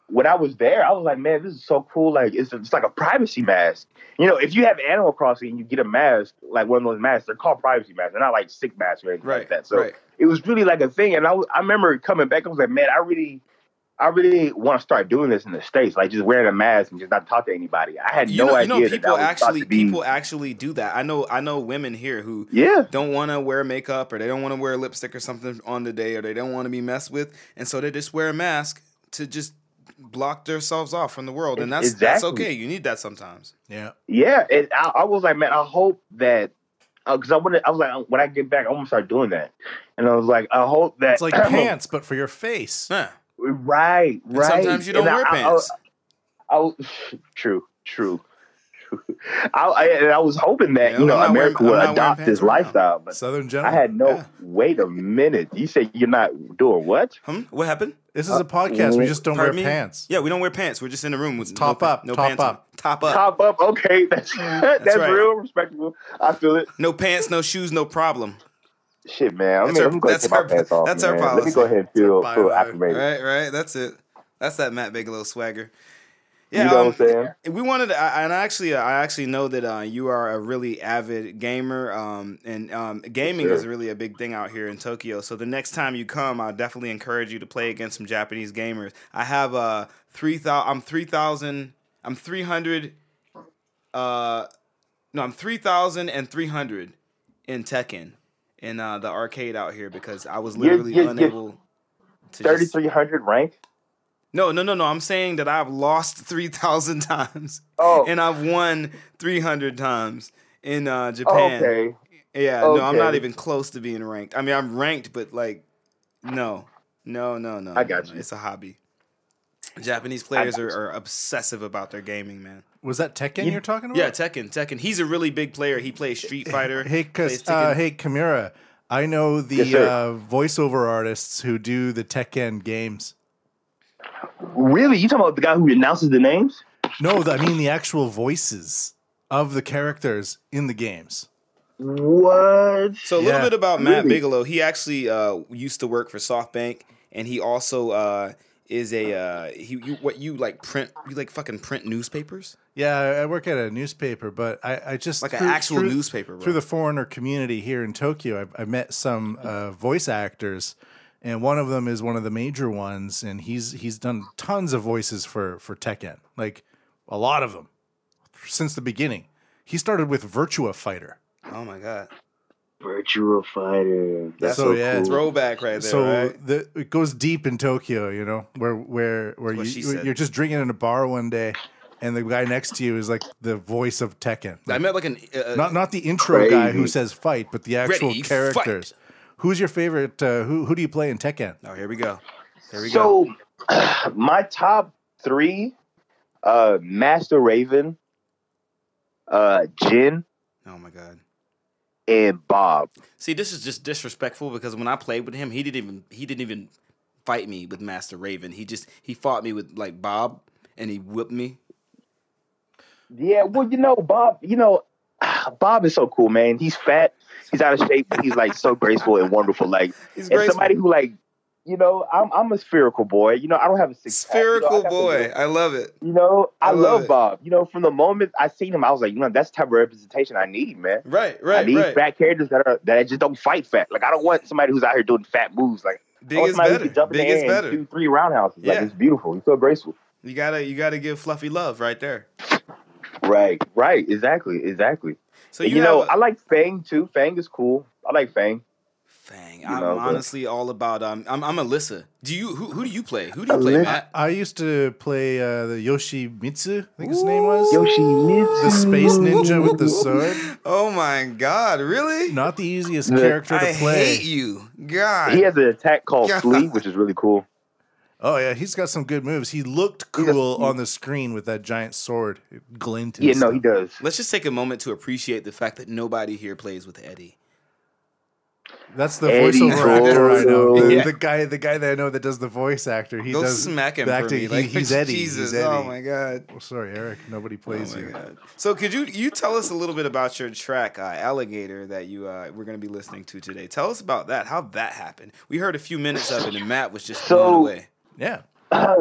[SPEAKER 4] when I was there, I was like, man, this is so cool. Like it's it's like a privacy mask. You know, if you have Animal Crossing and you get a mask, like one of those masks, they're called privacy masks. They're not like sick masks or anything
[SPEAKER 2] Right,
[SPEAKER 4] like that. So
[SPEAKER 2] right.
[SPEAKER 4] it was really like a thing. And I, was- I remember coming back, I was like, man, I really. I really want to start doing this in the states, like just wearing a mask and just not talk to anybody. I had
[SPEAKER 2] you
[SPEAKER 4] no
[SPEAKER 2] know, you
[SPEAKER 4] idea
[SPEAKER 2] know,
[SPEAKER 4] that
[SPEAKER 2] people
[SPEAKER 4] that was about
[SPEAKER 2] actually
[SPEAKER 4] to be-
[SPEAKER 2] people actually do that. I know, I know women here who
[SPEAKER 4] yeah,
[SPEAKER 2] don't want to wear makeup or they don't want to wear lipstick or something on the day or they don't want to be messed with, and so they just wear a mask to just block themselves off from the world, and that's that's
[SPEAKER 4] Exactly.
[SPEAKER 2] okay. You need that sometimes.
[SPEAKER 1] Yeah.
[SPEAKER 4] Yeah, and I, I was like, man, I hope that because I wanted, I was like, "Uh, when I get back, I'm gonna start doing that, and I was like, I hope that
[SPEAKER 1] It's like pants, but for your face.
[SPEAKER 2] Yeah.
[SPEAKER 4] right,
[SPEAKER 2] And
[SPEAKER 4] right.
[SPEAKER 2] sometimes you don't
[SPEAKER 4] And
[SPEAKER 2] wear
[SPEAKER 4] I,
[SPEAKER 2] pants.
[SPEAKER 4] I, I, I- true, true. true. I, I and I was hoping that
[SPEAKER 2] Yeah,
[SPEAKER 4] you know
[SPEAKER 2] I'm not
[SPEAKER 4] America
[SPEAKER 2] wearing- I'm not
[SPEAKER 4] would
[SPEAKER 2] wearing
[SPEAKER 4] adopt
[SPEAKER 2] pants
[SPEAKER 4] this
[SPEAKER 2] right now.
[SPEAKER 4] lifestyle, but
[SPEAKER 1] Southern
[SPEAKER 4] I
[SPEAKER 1] gentleman.
[SPEAKER 4] had no.
[SPEAKER 2] Yeah.
[SPEAKER 4] Wait a minute, you said you're not doing what?
[SPEAKER 2] Hmm? What happened?
[SPEAKER 1] This is a podcast. We just don't wear
[SPEAKER 2] Pardon me?
[SPEAKER 1] pants.
[SPEAKER 2] Yeah, we don't wear pants. We're just in the room with
[SPEAKER 1] Top
[SPEAKER 2] no, pa-
[SPEAKER 1] up,
[SPEAKER 2] no
[SPEAKER 1] top
[SPEAKER 2] pants
[SPEAKER 1] up.
[SPEAKER 2] on. top up,
[SPEAKER 4] Top up, okay, that's that's,
[SPEAKER 2] Mm, right.
[SPEAKER 4] real respectable. I feel it.
[SPEAKER 2] no pants, no shoes, no problem.
[SPEAKER 4] Shit, man. I
[SPEAKER 2] That's
[SPEAKER 4] mean,
[SPEAKER 2] our-
[SPEAKER 4] I'm gonna
[SPEAKER 2] that's
[SPEAKER 4] take my
[SPEAKER 2] our-
[SPEAKER 4] pants off.
[SPEAKER 2] that's our
[SPEAKER 4] man. Let me
[SPEAKER 2] policy.
[SPEAKER 4] go ahead and feel
[SPEAKER 1] That's our
[SPEAKER 4] feel
[SPEAKER 1] bylaw.
[SPEAKER 4] acclimated.
[SPEAKER 2] Right, right. That's it. That's that Matt Bigelow swagger.
[SPEAKER 4] You know what I'm saying?
[SPEAKER 2] We wanted, um, to, I- and actually, I actually know that uh, you are a really avid gamer, um, and um, gaming
[SPEAKER 4] Sure.
[SPEAKER 2] is really a big thing out here in Tokyo. So the next time you come, I definitely encourage you to play against some Japanese gamers. I have uh, three thousand. I'm three thousand. I'm three hundred. Uh, no, I'm three thousand and three hundred in Tekken in uh, the arcade out here because I was
[SPEAKER 4] You're-
[SPEAKER 2] literally
[SPEAKER 4] you're- you're
[SPEAKER 2] unable. to just-
[SPEAKER 4] 3,300 rank?
[SPEAKER 2] no, no, no, no. I'm saying that I've lost 3,000 times
[SPEAKER 4] Oh,
[SPEAKER 2] and I've won 300 times in uh,
[SPEAKER 4] oh,
[SPEAKER 2] Japan.
[SPEAKER 4] okay.
[SPEAKER 2] Yeah, no, I'm not
[SPEAKER 4] Okay.
[SPEAKER 2] even close to being ranked. I mean, I'm ranked, but like, no, no, no, no.
[SPEAKER 4] I got
[SPEAKER 2] no,
[SPEAKER 4] you.
[SPEAKER 2] It's a hobby. Japanese players
[SPEAKER 4] got
[SPEAKER 2] are,
[SPEAKER 4] you.
[SPEAKER 2] are obsessive about their gaming, man.
[SPEAKER 1] Was that Tekken
[SPEAKER 4] You-
[SPEAKER 1] you're talking about?
[SPEAKER 2] Yeah, Tekken, Tekken. He's a really big player. He plays Street Fighter.
[SPEAKER 1] Hey,
[SPEAKER 2] plays
[SPEAKER 1] Kas-
[SPEAKER 2] Tekken.
[SPEAKER 1] uh, hey, Kimura. I know the
[SPEAKER 4] Yes, sir.
[SPEAKER 1] uh, voiceover artists who do the Tekken games.
[SPEAKER 4] Really? You talking about the guy who announces the names?
[SPEAKER 1] No, the, I mean the actual voices of the characters in the games.
[SPEAKER 4] What?
[SPEAKER 2] So a little
[SPEAKER 1] Yeah.
[SPEAKER 2] bit about Matt
[SPEAKER 4] Really?
[SPEAKER 2] Bigelow. He actually uh, used to work for SoftBank, and he also uh, is a uh, he. You, what you like print? You like fucking print newspapers?
[SPEAKER 1] Yeah, I- I work at a newspaper, but I, I just
[SPEAKER 2] Like
[SPEAKER 1] through-
[SPEAKER 2] an actual
[SPEAKER 1] through-
[SPEAKER 2] newspaper? Bro.
[SPEAKER 1] through the foreigner community here in Tokyo, I, I met some uh, voice actors, and one of them is one of the major ones, and he's he's done tons of voices for for Tekken, like a lot of them since the beginning. He started with Virtua Fighter,
[SPEAKER 2] oh my god,
[SPEAKER 4] Virtual Fighter. That's
[SPEAKER 1] So,
[SPEAKER 4] so,
[SPEAKER 1] yeah, it's
[SPEAKER 4] cool.
[SPEAKER 2] throwback right there.
[SPEAKER 1] so
[SPEAKER 2] right?
[SPEAKER 1] the, it goes deep in Tokyo. You know where where where
[SPEAKER 2] That's what she
[SPEAKER 1] you
[SPEAKER 2] said.
[SPEAKER 1] you're just drinking in a bar one day, and the guy next to you is like the voice of Tekken.
[SPEAKER 2] I met like an uh,
[SPEAKER 1] not not the intro guy who
[SPEAKER 4] Crazy.
[SPEAKER 1] says fight, but the actual
[SPEAKER 2] Ready,
[SPEAKER 1] characters. Who's your favorite? Uh, who who do you play in Tekken?
[SPEAKER 2] Oh, here we go. Here we go.
[SPEAKER 4] So, my top three uh, Master Raven, uh, Jin,
[SPEAKER 2] Oh my god.
[SPEAKER 4] and Bob.
[SPEAKER 2] See, this is just disrespectful because when I played with him, he didn't even he didn't even fight me with Master Raven. He just he fought me with like Bob, and he whipped me.
[SPEAKER 4] Yeah, well, you know, Bob, you know, Bob is so cool, man. He's fat, he's out of shape, but he's like so graceful and wonderful. Like,
[SPEAKER 2] He's
[SPEAKER 4] and
[SPEAKER 2] great.
[SPEAKER 4] somebody who like you know I'm I'm a spherical boy. You know I don't have a six pack. You know, I
[SPEAKER 2] Spherical
[SPEAKER 4] got the
[SPEAKER 2] boy.
[SPEAKER 4] little-
[SPEAKER 2] I love it.
[SPEAKER 4] You know I,
[SPEAKER 2] I love
[SPEAKER 4] love
[SPEAKER 2] it.
[SPEAKER 4] Bob. You know from the moment I seen him, I was like, you know that's the type of representation I need, man.
[SPEAKER 2] Right, right,
[SPEAKER 4] I need
[SPEAKER 2] right.
[SPEAKER 4] fat characters that are that just don't fight fat. Like I don't want somebody who's out here doing fat moves. Like I
[SPEAKER 2] Big
[SPEAKER 4] want
[SPEAKER 2] is
[SPEAKER 4] somebody who
[SPEAKER 2] better.
[SPEAKER 4] can jump
[SPEAKER 2] Big
[SPEAKER 4] in the
[SPEAKER 2] is
[SPEAKER 4] air
[SPEAKER 2] better.
[SPEAKER 4] and do three roundhouses. Like
[SPEAKER 2] Yeah.
[SPEAKER 4] it's beautiful. He's so graceful.
[SPEAKER 2] You gotta you gotta give Fluffy love right there.
[SPEAKER 4] Right, right, exactly, exactly.
[SPEAKER 2] So
[SPEAKER 4] And,
[SPEAKER 2] you,
[SPEAKER 4] you know I
[SPEAKER 2] I
[SPEAKER 4] like Fang too. Fang is cool. I like Fang.
[SPEAKER 2] Fang.
[SPEAKER 4] you
[SPEAKER 2] I'm
[SPEAKER 4] know, but-
[SPEAKER 2] honestly all about um. I'm I'm Alyssa. Do you who who do you play? Who do you play,
[SPEAKER 4] Alyssa.
[SPEAKER 2] Matt?
[SPEAKER 1] I used to play uh, the Yoshimitsu. I think his name was
[SPEAKER 4] Yoshimitsu.
[SPEAKER 1] the space ninja with the sword.
[SPEAKER 2] Oh my God! Really?
[SPEAKER 1] Not the easiest
[SPEAKER 4] The-
[SPEAKER 1] character
[SPEAKER 2] I
[SPEAKER 1] to play.
[SPEAKER 2] hate you, God.
[SPEAKER 4] He has an attack called
[SPEAKER 2] God.
[SPEAKER 4] Flea, which is really cool.
[SPEAKER 1] Oh yeah, he's got some good moves. He looked cool on the screen with that giant sword. It glinted.
[SPEAKER 4] Yeah, no, he does.
[SPEAKER 2] Let's just take a moment to appreciate the fact that nobody here plays with Eddie.
[SPEAKER 1] That's the
[SPEAKER 4] Eddie
[SPEAKER 1] voiceover actor I know.
[SPEAKER 4] Gordo.
[SPEAKER 2] Yeah.
[SPEAKER 1] The guy, the guy that I know that does the voice actor. He
[SPEAKER 2] Don't
[SPEAKER 1] does
[SPEAKER 2] smack him
[SPEAKER 1] the
[SPEAKER 2] for
[SPEAKER 1] acting.
[SPEAKER 2] me.
[SPEAKER 1] He-
[SPEAKER 2] Like,
[SPEAKER 1] he's Eddie.
[SPEAKER 2] Jesus,
[SPEAKER 1] He's Eddie.
[SPEAKER 2] oh my god.
[SPEAKER 1] Oh, sorry, Eric. Nobody plays
[SPEAKER 2] Oh my
[SPEAKER 1] you.
[SPEAKER 2] God. So could you you tell us a little bit about your track uh, "Alligator" that you uh, we're going to be listening to today? Tell us about that. How that happened? We heard a few minutes of it, and Matt was just
[SPEAKER 4] So-
[SPEAKER 2] blown away.
[SPEAKER 1] Yeah.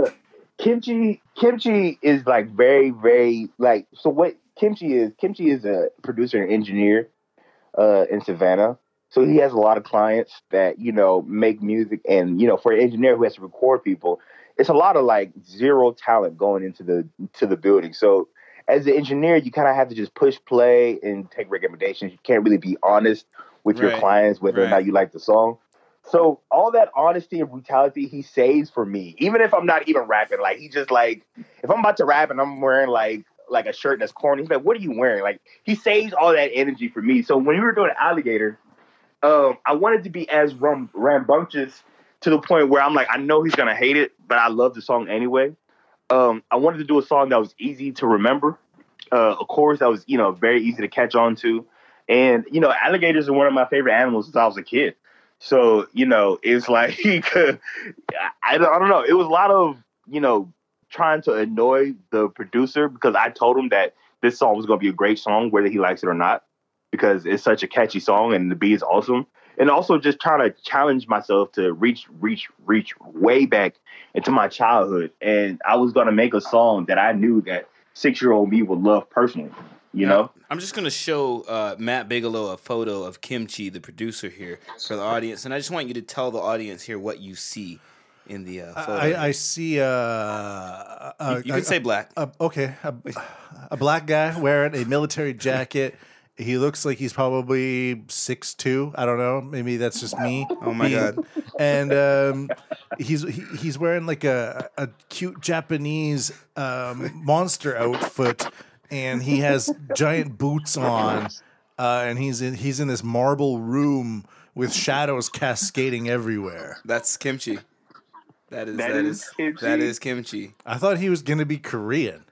[SPEAKER 4] kimchi kimchi is like very very like so what kimchi is kimchi is a producer and engineer uh in savannah so he has a lot of clients that you know make music and you know for an engineer who has to record people it's a lot of like zero talent going into the to the building so as an engineer you kind of have to just push play and take recommendations you can't really be honest with your
[SPEAKER 2] Right.
[SPEAKER 4] clients whether or
[SPEAKER 2] Right.
[SPEAKER 4] not you like the song so all that honesty and brutality he saves for me, even if I'm not even rapping, like he just like if I'm about to rap and I'm wearing like like a shirt that's corny, he's like, "What are you wearing?" Like he saves all that energy for me. So when we were doing Alligator, um, I wanted to be as rum- rambunctious to the point where I'm like, I know he's gonna hate it, but I love the song anyway. Um, I wanted to do a song that was easy to remember, uh, a chorus that was you know very easy to catch on to, and you know alligators are one of my favorite animals since I was a kid. So you know it's like I, I don't I don't know. It was a lot of you know trying to annoy the producer because I told him that this song was gonna be a great song whether he likes it or not because it's such a catchy song and the beat is awesome. And also just trying to challenge myself to reach, reach, reach way back into my childhood. And I was gonna make a song that I knew that six year old me would love personally. You know?
[SPEAKER 2] I'm just going to show uh, Matt Bigelow a photo of Kimchi, the producer here, for the audience, and I just want you to tell the audience here what you see in the uh, photo.
[SPEAKER 1] I, uh, I see. Uh, uh,
[SPEAKER 2] you you can say black.
[SPEAKER 1] a, okay, a, a black guy wearing a military jacket. He looks like he's probably six two. I don't know. Maybe that's just me.
[SPEAKER 2] Oh my God.
[SPEAKER 1] And um, he's he, he's wearing like a a cute Japanese um, monster outfit, and he has giant boots on, uh, and he's in he's in this marble room with shadows cascading everywhere.
[SPEAKER 2] That's Kimchi. That is
[SPEAKER 4] That
[SPEAKER 2] that
[SPEAKER 4] is
[SPEAKER 2] is,
[SPEAKER 4] Kimchi?
[SPEAKER 2] that is Kimchi.
[SPEAKER 1] I thought he was gonna be Korean.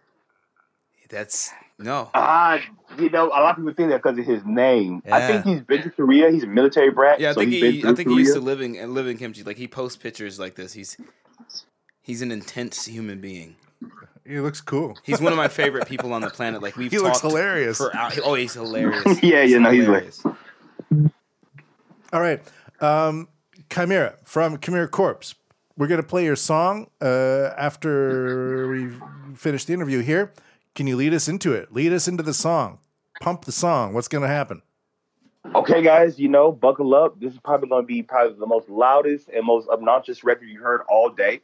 [SPEAKER 2] That's no.
[SPEAKER 4] Ah, you know, a lot of people think that because of his name. I
[SPEAKER 1] Yeah.
[SPEAKER 4] think he's been to Korea. He's a military brat.
[SPEAKER 2] Yeah, I
[SPEAKER 4] so
[SPEAKER 2] think
[SPEAKER 4] he's been
[SPEAKER 2] he. I
[SPEAKER 4] through
[SPEAKER 2] think he used to
[SPEAKER 4] Korea.
[SPEAKER 2] living and live in kimchi. Like he posts pictures like this. He's he's an intense human being.
[SPEAKER 1] He looks cool.
[SPEAKER 2] He's one of my favorite people on the planet. Like we've
[SPEAKER 1] He looks
[SPEAKER 2] talked
[SPEAKER 1] hilarious.
[SPEAKER 2] For hours. Oh, he's hilarious.
[SPEAKER 4] Yeah, yeah, no, he's
[SPEAKER 2] hilarious.
[SPEAKER 1] All right. Um, Chimera from Chimera Corpse. We're going to play your song uh, after we finish the interview here. Can you lead us into it? Lead us into the song. Pump the song. What's going to happen?
[SPEAKER 4] Okay, guys, you know, buckle up. This is probably going to be probably the most loudest and most obnoxious record you heard all day.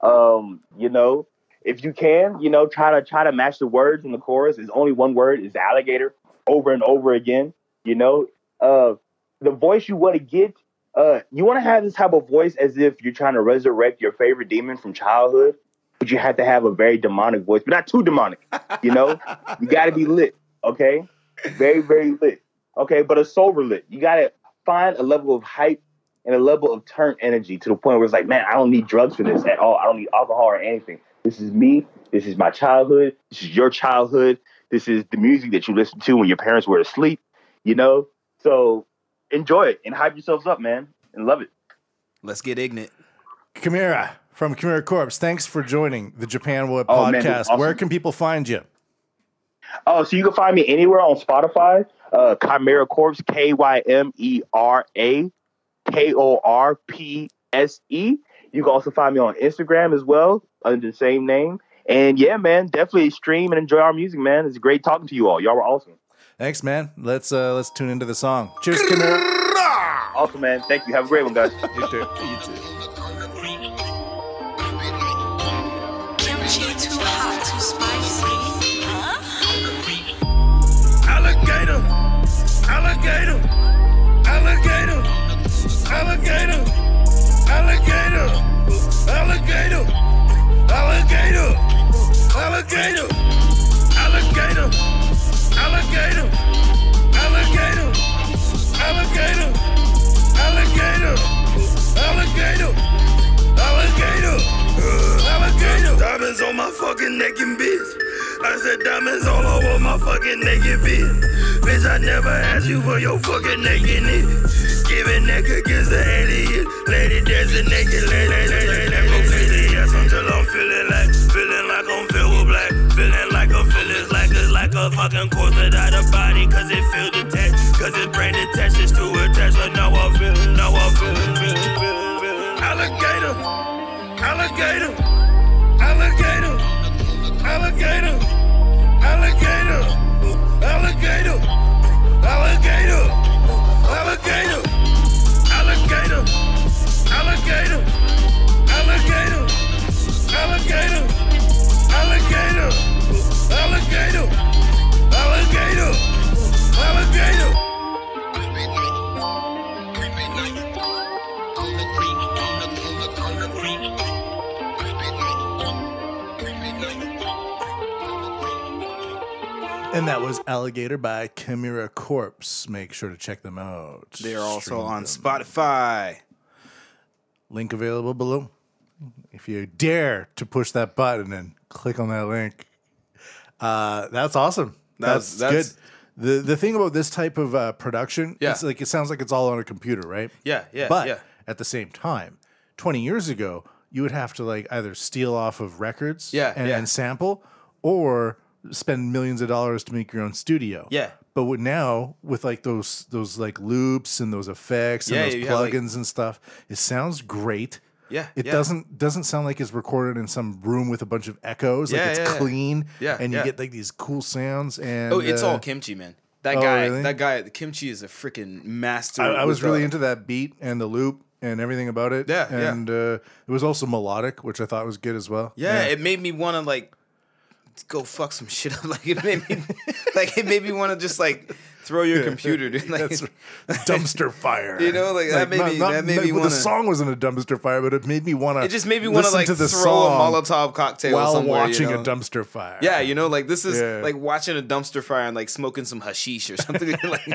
[SPEAKER 4] Um, you know, if you can, you know, try to try to match the words in the chorus. There's only one word is alligator over and over again. You know, uh, the voice you want to get, uh, you want to have this type of voice as if you're trying to resurrect your favorite demon from childhood, but you have to have a very demonic voice, but not too demonic. You know, you got to be lit. Okay, very very lit. Okay, but a sober lit. You got to find a level of hype and a level of turn energy to the point where it's like, man, I don't need drugs for this at all. I don't need alcohol or anything. This is me. This is my childhood. This is your childhood. This is the music that you listened to when your parents were asleep. You know, so enjoy it and hype yourselves up, man, and love it.
[SPEAKER 2] Let's get ignorant.
[SPEAKER 1] Chimera from Chimera Corpse. Thanks for joining the Japan What
[SPEAKER 4] Oh, man, this is
[SPEAKER 1] podcast.
[SPEAKER 4] awesome.
[SPEAKER 1] Where can people find you?
[SPEAKER 4] Oh, so you can find me anywhere on Spotify. Uh, Chimera Corpse, K Y M E R A K O R P S E. You can also find me on Instagram as well under the same name. And yeah, man, definitely stream and enjoy our music, man. It's great talking to you all. Y'all were awesome.
[SPEAKER 1] Thanks, man. Let's uh, let's tune into the song. Cheers, Chimera.
[SPEAKER 4] Awesome, man. Thank you. Have a great one, guys.
[SPEAKER 3] Kimchi too hot, too spicy.
[SPEAKER 5] Alligator, alligator, alligator, alligator, alligator, alligator, alligator, alligator, alligator, alligator, alligator, alligator, alligator, alligator, alligator, alligator. Diamonds on my fucking neck and bitch. I said diamonds all over my fucking naked bitch. Bitch, I never asked you for your fucking nakedness. Giving neck against the alien. Lady dancing naked. Lady, lady, lady, lady, lady. Yes, until I'm feeling like, feeling like I'm filled with black. Feeling like I'm feeling like a, like a fucking corpse without a body. Cause it feel detached. Cause it brain detached. It's too attached. But now I'm feeling, now I'm feeling, feeling, feeling, feeling. Alligator. Alligator. Alligator. Alligator. Alligator. Alligator. Alligator. Alligator. Alligator. Alligator. Alligator. Alligator. Alligator. Alligator. Alligator. Alligator.
[SPEAKER 1] And that was Alligator by Chimera Corpse. Make sure to check them out.
[SPEAKER 2] They're also
[SPEAKER 1] Stream
[SPEAKER 2] on
[SPEAKER 1] them.
[SPEAKER 2] Spotify.
[SPEAKER 1] Link available below. If you dare to push that button and click on that link, uh, that's awesome. That's,
[SPEAKER 2] That's- that's-
[SPEAKER 1] good. The the thing about this type of uh, production,
[SPEAKER 2] Yeah.
[SPEAKER 1] it's like it sounds like it's all on a computer, right?
[SPEAKER 2] Yeah, yeah,
[SPEAKER 1] But
[SPEAKER 2] yeah.
[SPEAKER 1] at the same time, twenty years ago, you would have to like either steal off of records,
[SPEAKER 2] Yeah,
[SPEAKER 1] and,
[SPEAKER 2] yeah.
[SPEAKER 1] and sample, or spend millions of dollars to make your own studio,
[SPEAKER 2] Yeah.
[SPEAKER 1] But with now with like those those like loops and those effects
[SPEAKER 2] Yeah,
[SPEAKER 1] and those
[SPEAKER 2] you have, like-
[SPEAKER 1] plugins and stuff, it sounds great.
[SPEAKER 2] Yeah,
[SPEAKER 1] It
[SPEAKER 2] yeah.
[SPEAKER 1] doesn't doesn't sound like it's recorded in some room with a bunch of echoes. Like
[SPEAKER 2] Yeah,
[SPEAKER 1] it's
[SPEAKER 2] yeah, yeah.
[SPEAKER 1] clean.
[SPEAKER 2] Yeah,
[SPEAKER 1] And you
[SPEAKER 2] yeah.
[SPEAKER 1] get like these cool sounds and
[SPEAKER 2] Oh, it's
[SPEAKER 1] uh,
[SPEAKER 2] all kimchi, man. That
[SPEAKER 1] oh,
[SPEAKER 2] guy,
[SPEAKER 1] really?
[SPEAKER 2] that guy, the kimchi is a freaking master.
[SPEAKER 1] I, I
[SPEAKER 2] with uh,
[SPEAKER 1] was really
[SPEAKER 2] the-
[SPEAKER 1] into that beat and the loop and everything about it.
[SPEAKER 2] Yeah, yeah.
[SPEAKER 1] And uh it was also melodic, which I thought was good as well.
[SPEAKER 2] Yeah, it made me want to like go fuck some shit up. Like it made me, like it made me want to just like throw your computer, dude. Like,
[SPEAKER 1] That's dumpster fire.
[SPEAKER 2] You know, like, that made me- that made me
[SPEAKER 1] well,
[SPEAKER 2] wanna-
[SPEAKER 1] The song wasn't a dumpster fire, but it made me want to.
[SPEAKER 2] it just made me want to like
[SPEAKER 1] to
[SPEAKER 2] throw
[SPEAKER 1] the
[SPEAKER 2] a
[SPEAKER 1] song
[SPEAKER 2] Molotov cocktail
[SPEAKER 1] while
[SPEAKER 2] somewhere, you
[SPEAKER 1] watching
[SPEAKER 2] know?
[SPEAKER 1] a dumpster fire.
[SPEAKER 2] Yeah, you know, like this is
[SPEAKER 1] Yeah.
[SPEAKER 2] like watching a dumpster fire and like smoking some hashish or something. like,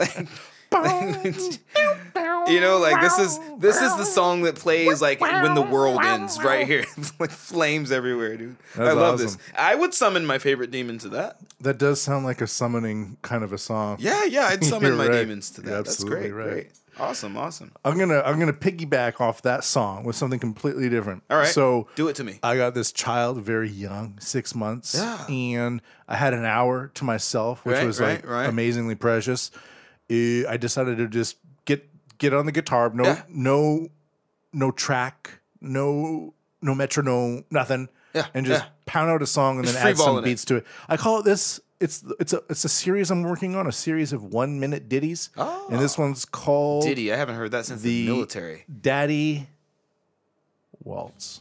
[SPEAKER 2] like- you know, like this is this is the song that plays like when the world ends right here. like flames everywhere, dude. I
[SPEAKER 1] That's
[SPEAKER 2] love this.
[SPEAKER 1] awesome.
[SPEAKER 2] I would summon my favorite demon to that.
[SPEAKER 1] that does sound like a summoning kind of a song.
[SPEAKER 2] Yeah, yeah, I'd summon
[SPEAKER 1] You're
[SPEAKER 2] my
[SPEAKER 1] right.
[SPEAKER 2] demons to that.
[SPEAKER 1] You're
[SPEAKER 2] That's
[SPEAKER 1] absolutely
[SPEAKER 2] great,
[SPEAKER 1] right.
[SPEAKER 2] great. Awesome, awesome.
[SPEAKER 1] I'm gonna I'm gonna piggyback off that song with something completely different.
[SPEAKER 2] All right.
[SPEAKER 1] So
[SPEAKER 2] do it to me.
[SPEAKER 1] I got this child very young, six months,
[SPEAKER 2] Yeah.
[SPEAKER 1] and I had an hour to myself, which
[SPEAKER 2] Right,
[SPEAKER 1] was like
[SPEAKER 2] right, right.
[SPEAKER 1] amazingly precious. Uh, I decided to just get get on the guitar, no
[SPEAKER 2] Yeah.
[SPEAKER 1] no no track, no no metronome, nothing,
[SPEAKER 2] Yeah,
[SPEAKER 1] and just
[SPEAKER 2] yeah.
[SPEAKER 1] pound out a song and
[SPEAKER 2] Just
[SPEAKER 1] then add some
[SPEAKER 2] freeballing it.
[SPEAKER 1] beats to it. I call it this. It's it's a it's a series I'm working on, a series of one minute ditties,
[SPEAKER 2] Oh.
[SPEAKER 1] and this one's called
[SPEAKER 2] Diddy, I haven't heard that since the,
[SPEAKER 1] The-
[SPEAKER 2] military.
[SPEAKER 1] Daddy Waltz.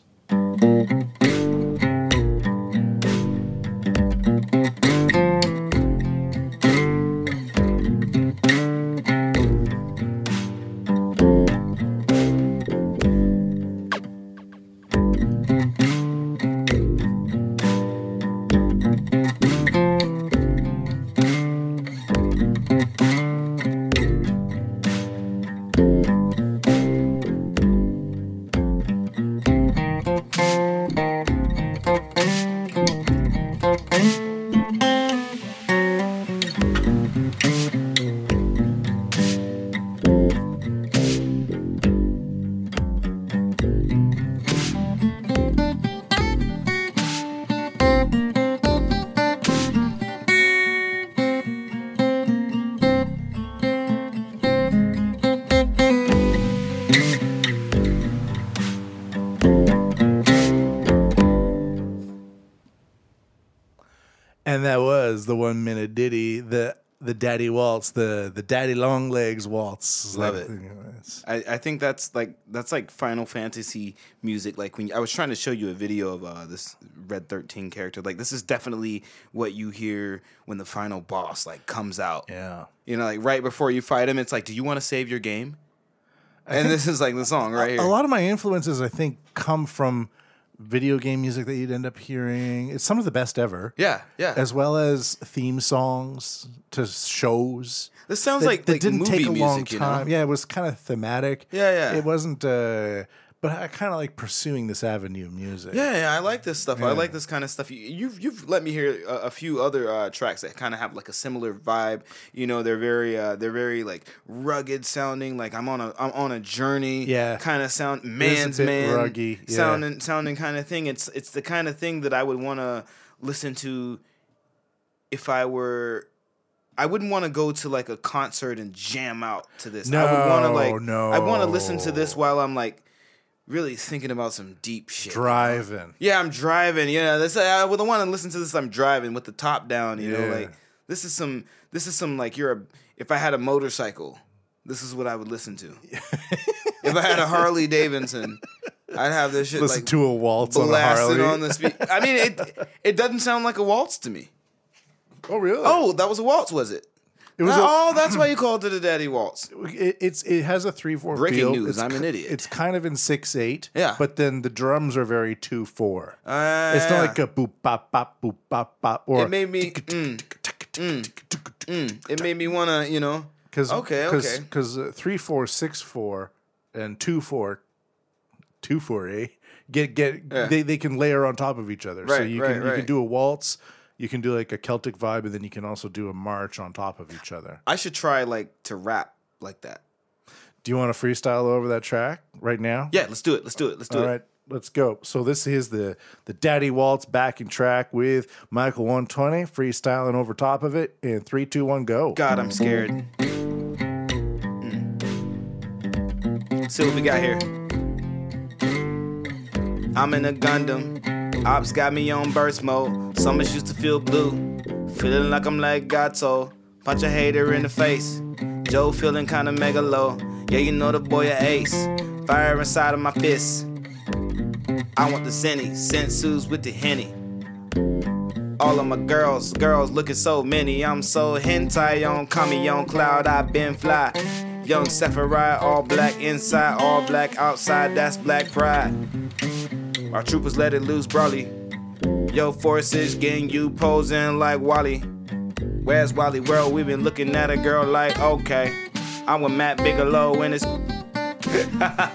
[SPEAKER 1] And that was the one minute ditty, the the daddy waltz, the the daddy long legs waltz.
[SPEAKER 2] Love
[SPEAKER 1] That
[SPEAKER 2] it.
[SPEAKER 1] thing was-
[SPEAKER 2] I, I think that's like that's like Final Fantasy music. Like when you, I was trying to show you a video of uh, this Red Thirteen character. Like this is definitely what you hear when the final boss like comes out.
[SPEAKER 1] Yeah.
[SPEAKER 2] You know, like right before you fight him, it's like, do you want to save your game? And this is like the song right here.
[SPEAKER 1] A lot of my influences, I think, come from video game music that you'd end up hearing. It's some of the best ever.
[SPEAKER 2] yeah, yeah.
[SPEAKER 1] As well as theme songs to shows.
[SPEAKER 2] this sounds
[SPEAKER 1] that-
[SPEAKER 2] like
[SPEAKER 1] that
[SPEAKER 2] like movie music, you know?
[SPEAKER 1] Yeah, it was kind of thematic.
[SPEAKER 2] Yeah, yeah.
[SPEAKER 1] It wasn't uh, but I kind of like pursuing this avenue of music.
[SPEAKER 2] Yeah, yeah, I like this stuff. I like this kind of stuff. You, you've you've let me hear a, a few other uh, tracks that kind of have like a similar vibe. You know, they're very uh, they're very like rugged sounding. Like I'm on a I'm on a journey.
[SPEAKER 1] Yeah.
[SPEAKER 2] kind of sound man's
[SPEAKER 1] bit
[SPEAKER 2] man
[SPEAKER 1] ruggy, yeah.
[SPEAKER 2] sounding sounding kind of thing. It's it's the kind of thing that I would want to listen to if I were. I wouldn't want to go to like a concert and jam out to this. I would want to
[SPEAKER 1] No,
[SPEAKER 2] like I want to
[SPEAKER 1] no.
[SPEAKER 2] listen to this while I'm like really thinking about some deep shit.
[SPEAKER 1] driving.
[SPEAKER 2] Yeah, I'm driving. Yeah, that's uh, I would want to listen to this. I'm driving with the top down. You
[SPEAKER 1] Yeah.
[SPEAKER 2] know, like this is some this is some like you're a if I had a motorcycle, this is what I would listen to. if I had a Harley Davidson, I'd have this shit
[SPEAKER 1] Listen
[SPEAKER 2] like
[SPEAKER 1] to a waltz on a
[SPEAKER 2] blasted
[SPEAKER 1] Harley.
[SPEAKER 2] on the speed. I mean, it it doesn't sound like a waltz to me.
[SPEAKER 1] oh really?
[SPEAKER 2] Oh, that was a waltz, was it?
[SPEAKER 1] it was. a,
[SPEAKER 2] oh, that's why you called it a daddy waltz.
[SPEAKER 1] it, it's it has a three four
[SPEAKER 2] Breaking
[SPEAKER 1] feel.
[SPEAKER 2] news,
[SPEAKER 1] It's
[SPEAKER 2] I'm an
[SPEAKER 1] ki-
[SPEAKER 2] idiot.
[SPEAKER 1] It's kind of in six eight.
[SPEAKER 2] Yeah.
[SPEAKER 1] but then the drums are very two four.
[SPEAKER 2] Uh,
[SPEAKER 1] It's not like a boop bop bop boop bop bop or
[SPEAKER 2] It made me- mm, it made me wanna you know.
[SPEAKER 1] because
[SPEAKER 2] Okay, okay.
[SPEAKER 1] because uh, three four six four and two four two four eh get get
[SPEAKER 2] Yeah.
[SPEAKER 1] they they can layer on top of each other. so
[SPEAKER 2] Right,
[SPEAKER 1] you
[SPEAKER 2] right,
[SPEAKER 1] can you
[SPEAKER 2] right.
[SPEAKER 1] can do a waltz. You can do like a Celtic vibe, and then you can also do a march on top of each other.
[SPEAKER 2] I should try like to rap like that.
[SPEAKER 1] Do you want to freestyle over that track right now?
[SPEAKER 2] Yeah, let's do it. Let's do it. Let's do
[SPEAKER 1] All
[SPEAKER 2] it.
[SPEAKER 1] right, let's go. So this is the the Daddy Waltz backing track with Michael 120 freestyling over top of it in three, two, one, go.
[SPEAKER 2] God, I'm scared. Mm. See what we got here. I'm in a Gundam. Ops got me on burst mode. Summers used to feel blue. Feeling like I'm like Gato. Punch a hater in the face. Joe feeling kinda mega low. Yeah, you know the boy a ace. Fire inside of my fist. I want the Zenny. Sensu's with the Henny. All of my girls, girls looking so many. I'm so hentai on kami on cloud. I've been fly. Young Sephiroth, all black inside, all black outside. That's black pride. Our troopers let it loose, Brawly. Yo, forces getting you posing like Wally. Where's Wally World? We've been looking at a girl like, okay. I'm with Matt Bigelow and it's. that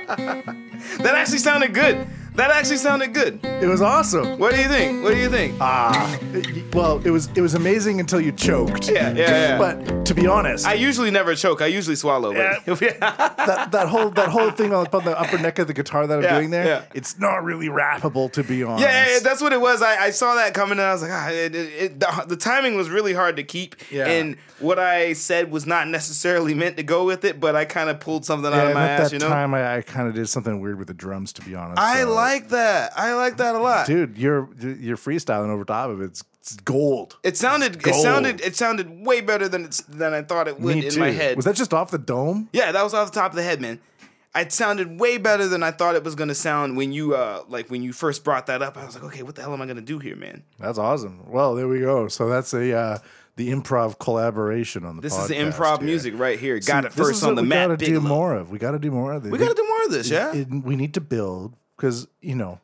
[SPEAKER 2] actually sounded good. That actually sounded good.
[SPEAKER 1] It was awesome.
[SPEAKER 2] What do you think? What do you think?
[SPEAKER 1] Ah, it- well, it was it was amazing until you choked.
[SPEAKER 2] Yeah, yeah, yeah.
[SPEAKER 1] But to be honest,
[SPEAKER 2] I usually never choke. I usually swallow. But
[SPEAKER 1] that, that whole that whole thing up on the upper neck of the guitar that I'm
[SPEAKER 2] Yeah,
[SPEAKER 1] doing there,
[SPEAKER 2] yeah.
[SPEAKER 1] it's not really rappable. To be honest,
[SPEAKER 2] yeah, yeah, that's what it was. I, I saw that coming, and I was like, ah, it, it, it, the, the timing was really hard to keep.
[SPEAKER 1] Yeah.
[SPEAKER 2] And what I said was not necessarily meant to go with it, but I kind of pulled something
[SPEAKER 1] Yeah,
[SPEAKER 2] out
[SPEAKER 1] and
[SPEAKER 2] of
[SPEAKER 1] at
[SPEAKER 2] my ass,
[SPEAKER 1] that
[SPEAKER 2] you know.
[SPEAKER 1] time, I, I kind of did something weird with the drums. To be honest,
[SPEAKER 2] I
[SPEAKER 1] so-
[SPEAKER 2] like that. I like that a lot.
[SPEAKER 1] dude, you're you're freestyling over top of it. It's, it's gold.
[SPEAKER 2] It sounded. It
[SPEAKER 1] Gold.
[SPEAKER 2] sounded. It sounded way better than it's than I thought it would in my head.
[SPEAKER 1] Was that just off the dome?
[SPEAKER 2] Yeah, that was off the top of the head, man. It sounded way better than I thought it was gonna sound when you uh like when you first brought that up. I was like, okay, what the hell am I gonna do here, man?
[SPEAKER 1] That's awesome. Well, there we go. So that's a uh, the improv collaboration on the.
[SPEAKER 2] This is the
[SPEAKER 1] podcast
[SPEAKER 2] improv
[SPEAKER 1] here.
[SPEAKER 2] music right here. Got it
[SPEAKER 1] This
[SPEAKER 2] first
[SPEAKER 1] is
[SPEAKER 2] on
[SPEAKER 1] what
[SPEAKER 2] the
[SPEAKER 1] we
[SPEAKER 2] map.
[SPEAKER 1] gotta do
[SPEAKER 2] Bigelow.
[SPEAKER 1] more of. We got to do more of this.
[SPEAKER 2] We gotta do more of this, yeah.
[SPEAKER 1] It, we need to build because you know,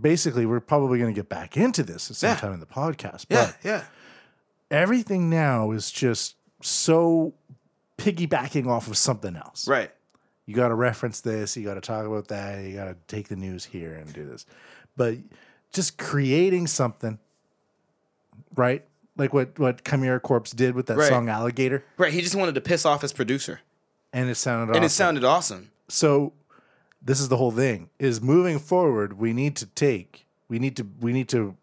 [SPEAKER 1] basically, we're probably going to get back into this at some
[SPEAKER 2] Yeah.
[SPEAKER 1] time in the podcast. But
[SPEAKER 2] yeah, yeah.
[SPEAKER 1] everything now is just so piggybacking off of something else.
[SPEAKER 2] Right.
[SPEAKER 1] you got to reference this, you got to talk about that, you got to take the news here and do this. But just creating something, right? Like what what Chimera Corpse did with that
[SPEAKER 2] Right.
[SPEAKER 1] song Alligator,
[SPEAKER 2] Right. He just wanted to piss off his producer.
[SPEAKER 1] and it sounded awesome.
[SPEAKER 2] And it sounded awesome.
[SPEAKER 1] so. This is the whole thing: is moving forward. We need to take. We need to. We need to.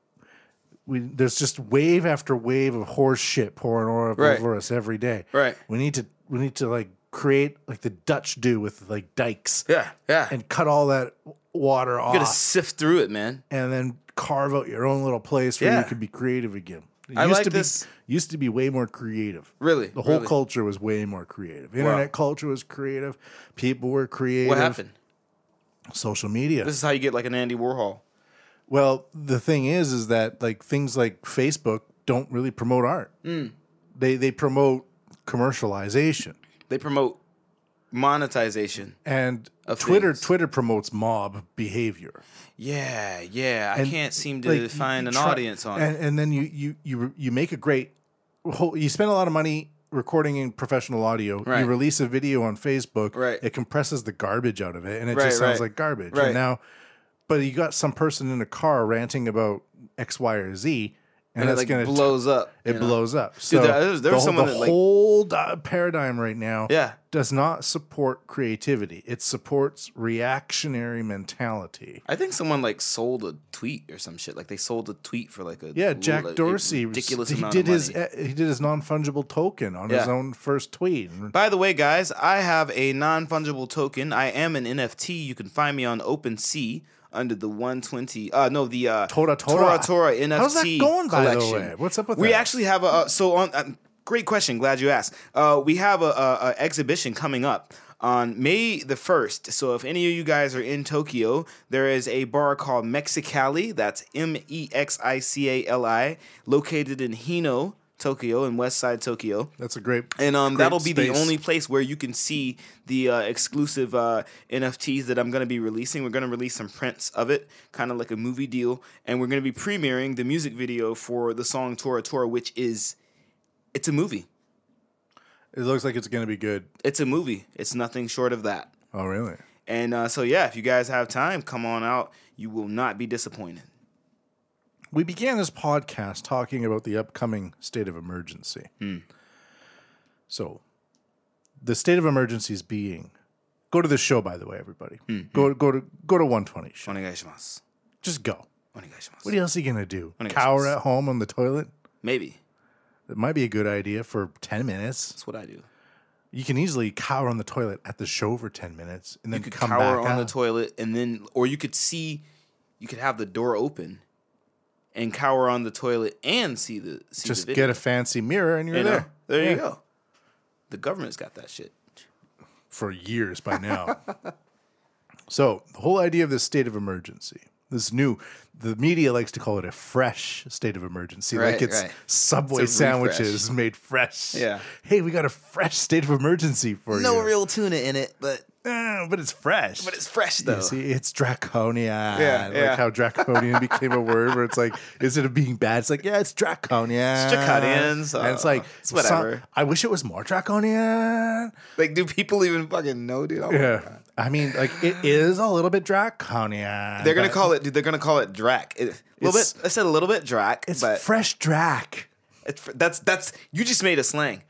[SPEAKER 1] We, there's just wave after wave of horse shit pouring over,
[SPEAKER 2] Right.
[SPEAKER 1] over us every day.
[SPEAKER 2] Right.
[SPEAKER 1] We need to. We need to like create like the Dutch do with like dikes.
[SPEAKER 2] Yeah, yeah.
[SPEAKER 1] and cut all that water off
[SPEAKER 2] you gotta sift through it, man.
[SPEAKER 1] and then carve out your own little place where
[SPEAKER 2] Yeah.
[SPEAKER 1] you can be creative again. It
[SPEAKER 2] I like
[SPEAKER 1] to be,
[SPEAKER 2] this-
[SPEAKER 1] Used to be way more creative.
[SPEAKER 2] Really,
[SPEAKER 1] the whole
[SPEAKER 2] really.
[SPEAKER 1] culture was way more creative. Internet culture was creative. People were creative.
[SPEAKER 2] What happened?
[SPEAKER 1] Social media.
[SPEAKER 2] This is how you get like an Andy Warhol.
[SPEAKER 1] well, the thing is, is that like things like Facebook don't really promote art.
[SPEAKER 2] Hmm.
[SPEAKER 1] They they promote commercialization
[SPEAKER 2] They promote monetization.
[SPEAKER 1] and
[SPEAKER 2] Of
[SPEAKER 1] Twitter.
[SPEAKER 2] things.
[SPEAKER 1] Twitter promotes mob behavior.
[SPEAKER 2] Yeah, yeah. I
[SPEAKER 1] and,
[SPEAKER 2] can't seem to
[SPEAKER 1] like, you-
[SPEAKER 2] find
[SPEAKER 1] you
[SPEAKER 2] an
[SPEAKER 1] try-
[SPEAKER 2] audience on
[SPEAKER 1] and,
[SPEAKER 2] it.
[SPEAKER 1] and then you you you you make a great whole, you spend a lot of money recording in professional audio,
[SPEAKER 2] Right.
[SPEAKER 1] you release a video on Facebook,
[SPEAKER 2] Right.
[SPEAKER 1] it compresses the garbage out of it, and it
[SPEAKER 2] Right,
[SPEAKER 1] just sounds
[SPEAKER 2] right.
[SPEAKER 1] like garbage.
[SPEAKER 2] Right.
[SPEAKER 1] And now, but you got some person in a car ranting about X, Y, or Z, and,
[SPEAKER 2] and it
[SPEAKER 1] that's
[SPEAKER 2] like
[SPEAKER 1] gonna t-
[SPEAKER 2] blows up.
[SPEAKER 1] it
[SPEAKER 2] you know?
[SPEAKER 1] blows up. So
[SPEAKER 2] there- there was- there
[SPEAKER 1] the,
[SPEAKER 2] was
[SPEAKER 1] whole-
[SPEAKER 2] someone
[SPEAKER 1] the
[SPEAKER 2] that, like-
[SPEAKER 1] whole di- paradigm right now
[SPEAKER 2] Yeah.
[SPEAKER 1] does not support creativity. It supports reactionary mentality.
[SPEAKER 2] I think someone like sold a tweet or some shit. Like they sold a tweet for like a
[SPEAKER 1] Yeah,
[SPEAKER 2] like,
[SPEAKER 1] Jack
[SPEAKER 2] a
[SPEAKER 1] Dorsey
[SPEAKER 2] ridiculous
[SPEAKER 1] he
[SPEAKER 2] amount
[SPEAKER 1] did
[SPEAKER 2] of
[SPEAKER 1] his
[SPEAKER 2] money.
[SPEAKER 1] eh, he did his non fungible token on his
[SPEAKER 2] Yeah.
[SPEAKER 1] own first tweet.
[SPEAKER 2] By the way, guys, I have a non fungible token. I am an NFT. You can find me on OpenSea under the 120. Uh, no, the uh,
[SPEAKER 1] Tora Tora.
[SPEAKER 2] Tora Tora NFT.
[SPEAKER 1] How's that going, by the
[SPEAKER 2] collection.
[SPEAKER 1] way? What's up with
[SPEAKER 2] we
[SPEAKER 1] that?
[SPEAKER 2] actually have a uh, so on. Uh, great question. Glad you asked. Uh, we have a, a, a exhibition coming up. On May the 1st, so if any of you guys are in Tokyo, there is a bar called Mexicali, that's M E X I C A L I, located in Hino, Tokyo, in West Side Tokyo
[SPEAKER 1] That's a great
[SPEAKER 2] and um,
[SPEAKER 1] great
[SPEAKER 2] that'll be the
[SPEAKER 1] space.
[SPEAKER 2] only place where you can see the uh, exclusive uh, NFTs that I'm going to be releasing. We're going to release some prints of it, kind of like a movie deal, and we're going to be premiering the music video for the song "Tora Tora," which is it's a movie.
[SPEAKER 1] It looks like it's gonna be good.
[SPEAKER 2] It's a movie. It's nothing short of that.
[SPEAKER 1] Oh really?
[SPEAKER 2] And uh, so yeah, if you guys have time, come on out. You will not be disappointed.
[SPEAKER 1] We began this podcast talking about the upcoming state of emergency.
[SPEAKER 2] Hmm.
[SPEAKER 1] So, the state of emergency is being. Go to the show, by the way, everybody.
[SPEAKER 2] Hmm,
[SPEAKER 1] Go go to go to 120 show.
[SPEAKER 2] Onegaishimasu.
[SPEAKER 1] Just go.
[SPEAKER 2] Onegaishimasu.
[SPEAKER 1] What else are you gonna do?
[SPEAKER 2] Onegaishimasu.
[SPEAKER 1] Cower at home on the toilet?
[SPEAKER 2] Maybe
[SPEAKER 1] That might be a good idea for 10 minutes.
[SPEAKER 2] that's what I do.
[SPEAKER 1] You can easily cower on the toilet at the show for 10 minutes and then
[SPEAKER 2] you could
[SPEAKER 1] come
[SPEAKER 2] cower
[SPEAKER 1] back
[SPEAKER 2] on the
[SPEAKER 1] out.
[SPEAKER 2] toilet and then or you could see you could have the door open and cower on the toilet and see the see
[SPEAKER 1] Just
[SPEAKER 2] the
[SPEAKER 1] get
[SPEAKER 2] video,
[SPEAKER 1] a fancy mirror and you're
[SPEAKER 2] you know?
[SPEAKER 1] there.
[SPEAKER 2] there
[SPEAKER 1] Yeah.
[SPEAKER 2] you go the government's got that shit
[SPEAKER 1] for years by now. so the whole idea of this state of emergency, this new, the media likes to call it a fresh state of emergency, like
[SPEAKER 2] Right,
[SPEAKER 1] it's
[SPEAKER 2] right.
[SPEAKER 1] Subway
[SPEAKER 2] It's a
[SPEAKER 1] sandwiches made fresh.
[SPEAKER 2] Yeah.
[SPEAKER 1] Hey, we got a fresh state of emergency for you.
[SPEAKER 2] tuna in it but
[SPEAKER 1] Eh, but it's fresh.
[SPEAKER 2] but it's fresh though
[SPEAKER 1] You see, it's draconian.
[SPEAKER 2] Yeah,
[SPEAKER 1] like
[SPEAKER 2] yeah.
[SPEAKER 1] how draconian became a word where it's like, instead of being bad, it's like, yeah, it's draconian.
[SPEAKER 2] It's draconian, so
[SPEAKER 1] and it's like,
[SPEAKER 2] it's whatever.
[SPEAKER 1] some- I wish it was more draconian.
[SPEAKER 2] like do people even fucking know dude Oh my
[SPEAKER 1] Yeah.
[SPEAKER 2] God.
[SPEAKER 1] I mean, like it is a little bit draconian.
[SPEAKER 2] they're gonna
[SPEAKER 1] but
[SPEAKER 2] call it dude they're gonna call it drac It- a little
[SPEAKER 1] It's-
[SPEAKER 2] bit i said a little bit drac
[SPEAKER 1] it's
[SPEAKER 2] but
[SPEAKER 1] fresh drac.
[SPEAKER 2] it's, fr- that's that's you just made a slang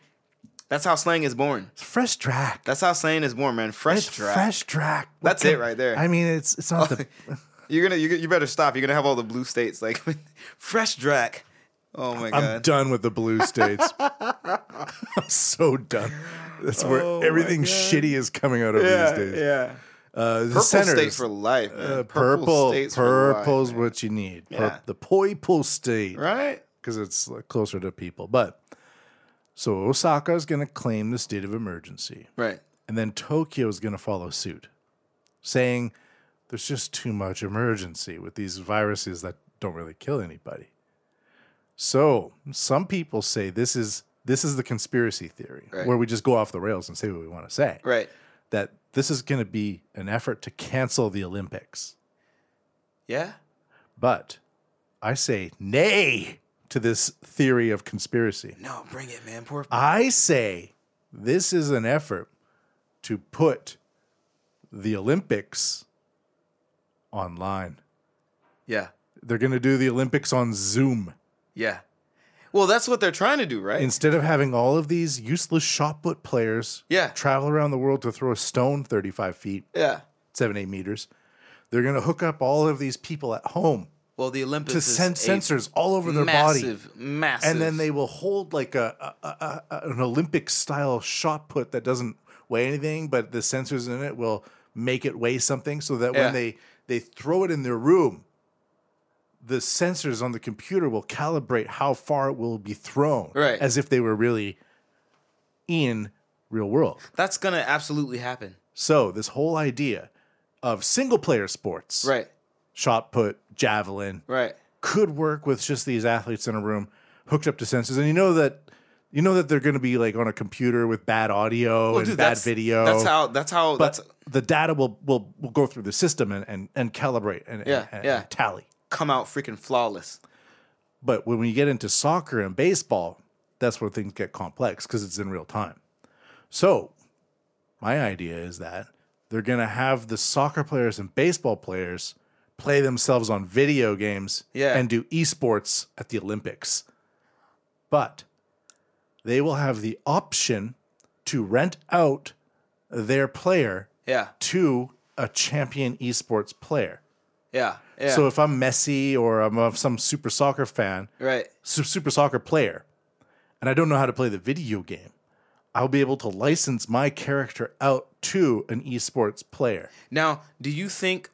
[SPEAKER 2] that's how slang is born
[SPEAKER 1] It's fresh drac.
[SPEAKER 2] that's how slang is born man fresh
[SPEAKER 1] it's
[SPEAKER 2] drac
[SPEAKER 1] fresh drac. What
[SPEAKER 2] That's
[SPEAKER 1] can-
[SPEAKER 2] it right there.
[SPEAKER 1] I mean, it's it's not the
[SPEAKER 2] You're gonna, you you better stop. You're gonna have all the blue states like fresh drac. Oh my god.
[SPEAKER 1] I'm done with the blue states. I'm so done. That's where
[SPEAKER 2] Oh my
[SPEAKER 1] everything
[SPEAKER 2] God.
[SPEAKER 1] shitty is coming out of
[SPEAKER 2] yeah,
[SPEAKER 1] these days.
[SPEAKER 2] yeah.
[SPEAKER 1] Uh, the
[SPEAKER 2] Purple
[SPEAKER 1] centers,
[SPEAKER 2] state for life. man.
[SPEAKER 1] uh, purple,
[SPEAKER 2] states for life,
[SPEAKER 1] purple's
[SPEAKER 2] man.
[SPEAKER 1] what you need. Pur-
[SPEAKER 2] Yeah.
[SPEAKER 1] the purple state,
[SPEAKER 2] right.
[SPEAKER 1] because it's like, closer to people. But so Osaka is going to claim the state of emergency.
[SPEAKER 2] Right.
[SPEAKER 1] And then Tokyo is going to follow suit, saying there's just too much emergency with these viruses that don't really kill anybody. So some people say this is this is the conspiracy theory
[SPEAKER 2] Right.
[SPEAKER 1] where we just go off the rails and say what we want to say.
[SPEAKER 2] Right.
[SPEAKER 1] That this is going to be an effort to cancel the Olympics.
[SPEAKER 2] Yeah.
[SPEAKER 1] But I say nay to this theory of conspiracy.
[SPEAKER 2] No, bring it, man. Poor.
[SPEAKER 1] I say this is an effort to put the Olympics online.
[SPEAKER 2] yeah.
[SPEAKER 1] They're going to do the Olympics on Zoom
[SPEAKER 2] Yeah. Well, that's what they're trying to do, right?
[SPEAKER 1] instead of having all of these useless shot put players
[SPEAKER 2] Yeah.
[SPEAKER 1] travel around the world to throw a stone 35 feet,
[SPEAKER 2] yeah.
[SPEAKER 1] seven, eight meters. They're going to hook up all of these people at home
[SPEAKER 2] Well, the Olympics
[SPEAKER 1] to
[SPEAKER 2] is
[SPEAKER 1] send
[SPEAKER 2] a
[SPEAKER 1] sensors all over their body.
[SPEAKER 2] massive, Massive.
[SPEAKER 1] and then they will hold like a, a, a, a- an Olympic style shot put that doesn't weigh anything, but the sensors in it will make it weigh something, so that
[SPEAKER 2] Yeah.
[SPEAKER 1] when they they throw it in their room, the sensors on the computer will calibrate how far it will be thrown,
[SPEAKER 2] Right.
[SPEAKER 1] As if they were really in real world.
[SPEAKER 2] That's gonna absolutely happen.
[SPEAKER 1] So this whole idea of single player sports,
[SPEAKER 2] Right.
[SPEAKER 1] Shot put, javelin,
[SPEAKER 2] Right.
[SPEAKER 1] could work with just these athletes in a room hooked up to sensors and you know that you know that they're going to be like on a computer with bad audio and bad
[SPEAKER 2] that's,
[SPEAKER 1] video
[SPEAKER 2] That's how. That's how.
[SPEAKER 1] but
[SPEAKER 2] that's
[SPEAKER 1] the data will, will will go through the system and and, and calibrate and,
[SPEAKER 2] Yeah,
[SPEAKER 1] and,
[SPEAKER 2] yeah.
[SPEAKER 1] and tally
[SPEAKER 2] come out freaking flawless.
[SPEAKER 1] but when we get into soccer and baseball that's where things get complex because it's in real time. So, my idea is that they're going to have the soccer players and baseball players play themselves on video games
[SPEAKER 2] Yeah.
[SPEAKER 1] and do esports at the Olympics. But they will have the option to rent out their player
[SPEAKER 2] Yeah.
[SPEAKER 1] to a champion esports player.
[SPEAKER 2] Yeah. Yeah.
[SPEAKER 1] So if I'm Messi or I'm of some super soccer fan,
[SPEAKER 2] right.
[SPEAKER 1] su- super soccer player, and I don't know how to play the video game, I'll be able to license my character out to an esports player.
[SPEAKER 2] Now, do you think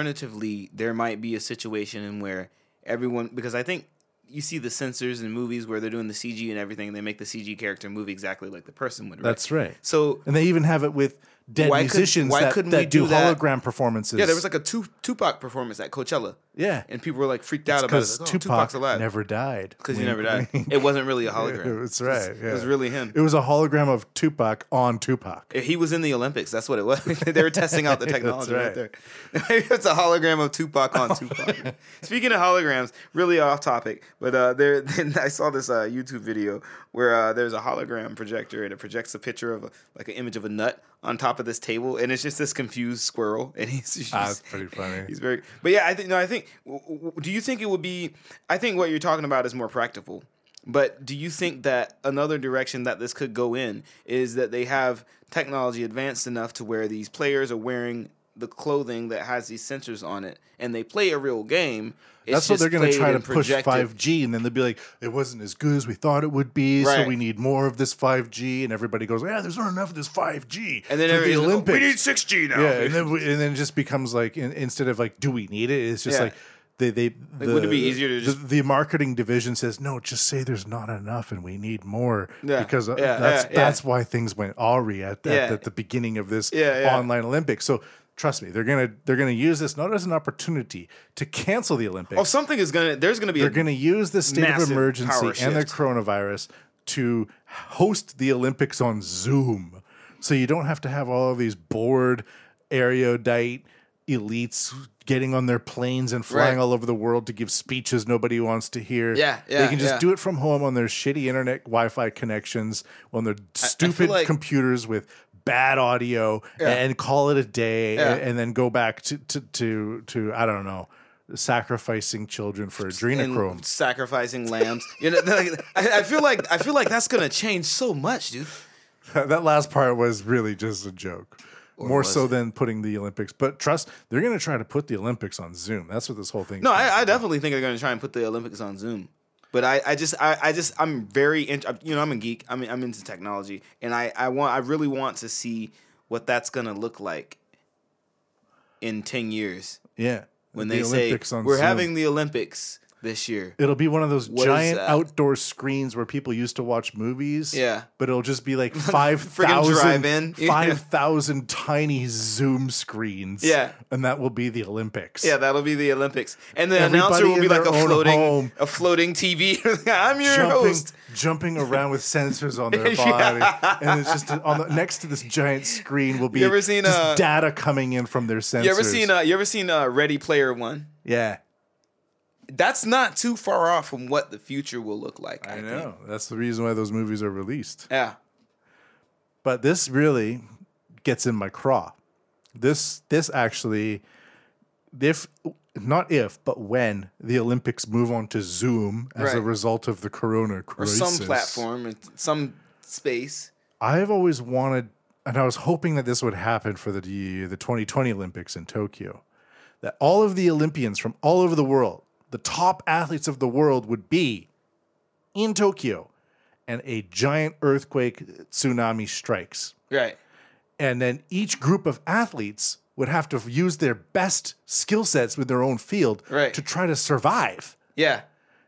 [SPEAKER 2] alternatively there might be a situation in where everyone because I think you see the censors in movies where they're doing the CG and everything, and they make the CG character move exactly like the person would. Right?
[SPEAKER 1] That's right.
[SPEAKER 2] So
[SPEAKER 1] And they even have it with dead
[SPEAKER 2] Why could-
[SPEAKER 1] musicians
[SPEAKER 2] why
[SPEAKER 1] that,
[SPEAKER 2] couldn't
[SPEAKER 1] that
[SPEAKER 2] we
[SPEAKER 1] do,
[SPEAKER 2] do that?
[SPEAKER 1] hologram performances.
[SPEAKER 2] yeah, there was like a Tu- Tupac performance at Coachella,
[SPEAKER 1] yeah,
[SPEAKER 2] and people were like freaked out about it.
[SPEAKER 1] because
[SPEAKER 2] Like, oh,
[SPEAKER 1] Tupac
[SPEAKER 2] Tupac's alive
[SPEAKER 1] never died.
[SPEAKER 2] because he never died.
[SPEAKER 1] Wink, wink.
[SPEAKER 2] It wasn't really a hologram.
[SPEAKER 1] That's right.
[SPEAKER 2] It was,
[SPEAKER 1] yeah.
[SPEAKER 2] it was really him.
[SPEAKER 1] It was a hologram of Tupac on Tupac.
[SPEAKER 2] He was in the Olympics. That's what it was. they were testing out the technology right.
[SPEAKER 1] right.
[SPEAKER 2] there. it's a hologram of Tupac on Tupac. Speaking of holograms, really off topic, but uh, there I saw this uh, YouTube video where uh, there's a hologram projector and it projects a picture of a, like an image of a nut on top of this table, and it's just this confused squirrel, and he's just,
[SPEAKER 1] Ah, That's pretty funny.
[SPEAKER 2] He's very, but yeah, I think no, I think. w- w- Do you think it would be? I think what you're talking about is more practical. But do you think that another direction that this could go in is that they have technology advanced enough to where these players are wearing the clothing that has these sensors on it, and they play a real game? It's
[SPEAKER 1] That's what
[SPEAKER 2] just
[SPEAKER 1] they're going
[SPEAKER 2] played
[SPEAKER 1] to try to
[SPEAKER 2] and
[SPEAKER 1] push
[SPEAKER 2] projected.
[SPEAKER 1] 5G, and then they'll be like, "It wasn't as good as we thought it would be, so
[SPEAKER 2] Right.
[SPEAKER 1] we need more of this 5G." And everybody goes, "Yeah, there's not enough of this 5G."
[SPEAKER 2] And then
[SPEAKER 1] for the
[SPEAKER 2] everybody's like,
[SPEAKER 1] Olympics,
[SPEAKER 2] "We need 6G now."
[SPEAKER 1] Yeah, and then we- and then it just becomes like in, instead of like, "Do we need it?" It's just
[SPEAKER 2] Yeah.
[SPEAKER 1] like they they the,
[SPEAKER 2] wouldn't it be easier to just-
[SPEAKER 1] the, the marketing division says, "No, just say there's not enough, and we need more,"
[SPEAKER 2] Yeah,
[SPEAKER 1] because uh,
[SPEAKER 2] yeah,
[SPEAKER 1] that's
[SPEAKER 2] yeah, yeah.
[SPEAKER 1] that's why things went awry at, at,
[SPEAKER 2] Yeah.
[SPEAKER 1] at the beginning of this
[SPEAKER 2] Yeah, yeah.
[SPEAKER 1] online Olympics. So. Trust me, they're gonna they're gonna use this not as an opportunity to cancel the Olympics
[SPEAKER 2] Oh, something is gonna. There's gonna be.
[SPEAKER 1] they're
[SPEAKER 2] a,
[SPEAKER 1] going to use the state of
[SPEAKER 2] massive
[SPEAKER 1] emergency
[SPEAKER 2] power
[SPEAKER 1] and the
[SPEAKER 2] shift.
[SPEAKER 1] coronavirus to host the Olympics on Zoom. So you don't have to have all of these bored, erudite elites getting on their planes and flying
[SPEAKER 2] Right.
[SPEAKER 1] all over the world to give speeches nobody wants to hear.
[SPEAKER 2] Yeah, yeah,
[SPEAKER 1] They can just
[SPEAKER 2] yeah.
[SPEAKER 1] do it from home on their shitty internet Wi Fi connections, on their stupid
[SPEAKER 2] like-
[SPEAKER 1] computers with bad audio and call it a day
[SPEAKER 2] Yeah.
[SPEAKER 1] and, and then go back to, to, to, to, I don't know, sacrificing children for
[SPEAKER 2] and
[SPEAKER 1] adrenochrome.
[SPEAKER 2] sacrificing lambs, you know. Like, I, I feel like I feel like that's gonna change so much, dude.
[SPEAKER 1] that last part was really just a joke. More
[SPEAKER 2] was
[SPEAKER 1] so
[SPEAKER 2] it?
[SPEAKER 1] than putting the Olympics, but trust they're going to try to put the Olympics on Zoom. That's what this whole thing.
[SPEAKER 2] No, I, I definitely think they're going to try and put the Olympics on Zoom. But I, I just, I, I just, I'm very, in, you know, I'm a geek. I'm, I'm into technology, and I, I want, I really want to see what that's going to look like in ten years
[SPEAKER 1] yeah.
[SPEAKER 2] when
[SPEAKER 1] the
[SPEAKER 2] they
[SPEAKER 1] Olympics
[SPEAKER 2] say
[SPEAKER 1] on
[SPEAKER 2] we're
[SPEAKER 1] Zoom.
[SPEAKER 2] having the Olympics this year.
[SPEAKER 1] It'll be one of those
[SPEAKER 2] What is
[SPEAKER 1] giant
[SPEAKER 2] that?
[SPEAKER 1] outdoor screens where people used to watch movies.
[SPEAKER 2] Yeah.
[SPEAKER 1] But it'll just be like 5,000
[SPEAKER 2] drive-in. Yeah.
[SPEAKER 1] 5,000 tiny Zoom screens.
[SPEAKER 2] Yeah.
[SPEAKER 1] And that will be the Olympics.
[SPEAKER 2] Yeah, that'll be the Olympics, and the
[SPEAKER 1] Everybody
[SPEAKER 2] announcer will
[SPEAKER 1] in
[SPEAKER 2] be like
[SPEAKER 1] their
[SPEAKER 2] a
[SPEAKER 1] own
[SPEAKER 2] floating,
[SPEAKER 1] home.
[SPEAKER 2] a floating TV. I'm your
[SPEAKER 1] jumping,
[SPEAKER 2] host.
[SPEAKER 1] jumping around with sensors on their
[SPEAKER 2] Yeah.
[SPEAKER 1] body, and it's just on the next to this giant screen will be
[SPEAKER 2] You ever seen,
[SPEAKER 1] just
[SPEAKER 2] uh,
[SPEAKER 1] data coming in from their sensors.
[SPEAKER 2] You ever seen, uh, you ever seen uh, Ready Player One?
[SPEAKER 1] yeah,
[SPEAKER 2] That's not too far off from what the future will look like. I,
[SPEAKER 1] I
[SPEAKER 2] think.
[SPEAKER 1] know that's the reason why those movies are released.
[SPEAKER 2] Yeah.
[SPEAKER 1] But this really gets in my craw. This this actually, if not if but when the Olympics move on to Zoom as a
[SPEAKER 2] Right.
[SPEAKER 1] result of the Corona
[SPEAKER 2] or
[SPEAKER 1] crisis,
[SPEAKER 2] some platform or some space.
[SPEAKER 1] I've always wanted, and I was hoping that this would happen for the the 2020 Olympics in Tokyo, that all of the Olympians from all over the world, the top athletes of the world, would be in Tokyo, and a giant earthquake tsunami strikes,
[SPEAKER 2] Right.
[SPEAKER 1] and then each group of athletes would have to use their best skill sets with their own field
[SPEAKER 2] Right.
[SPEAKER 1] to try to survive.
[SPEAKER 2] Yeah.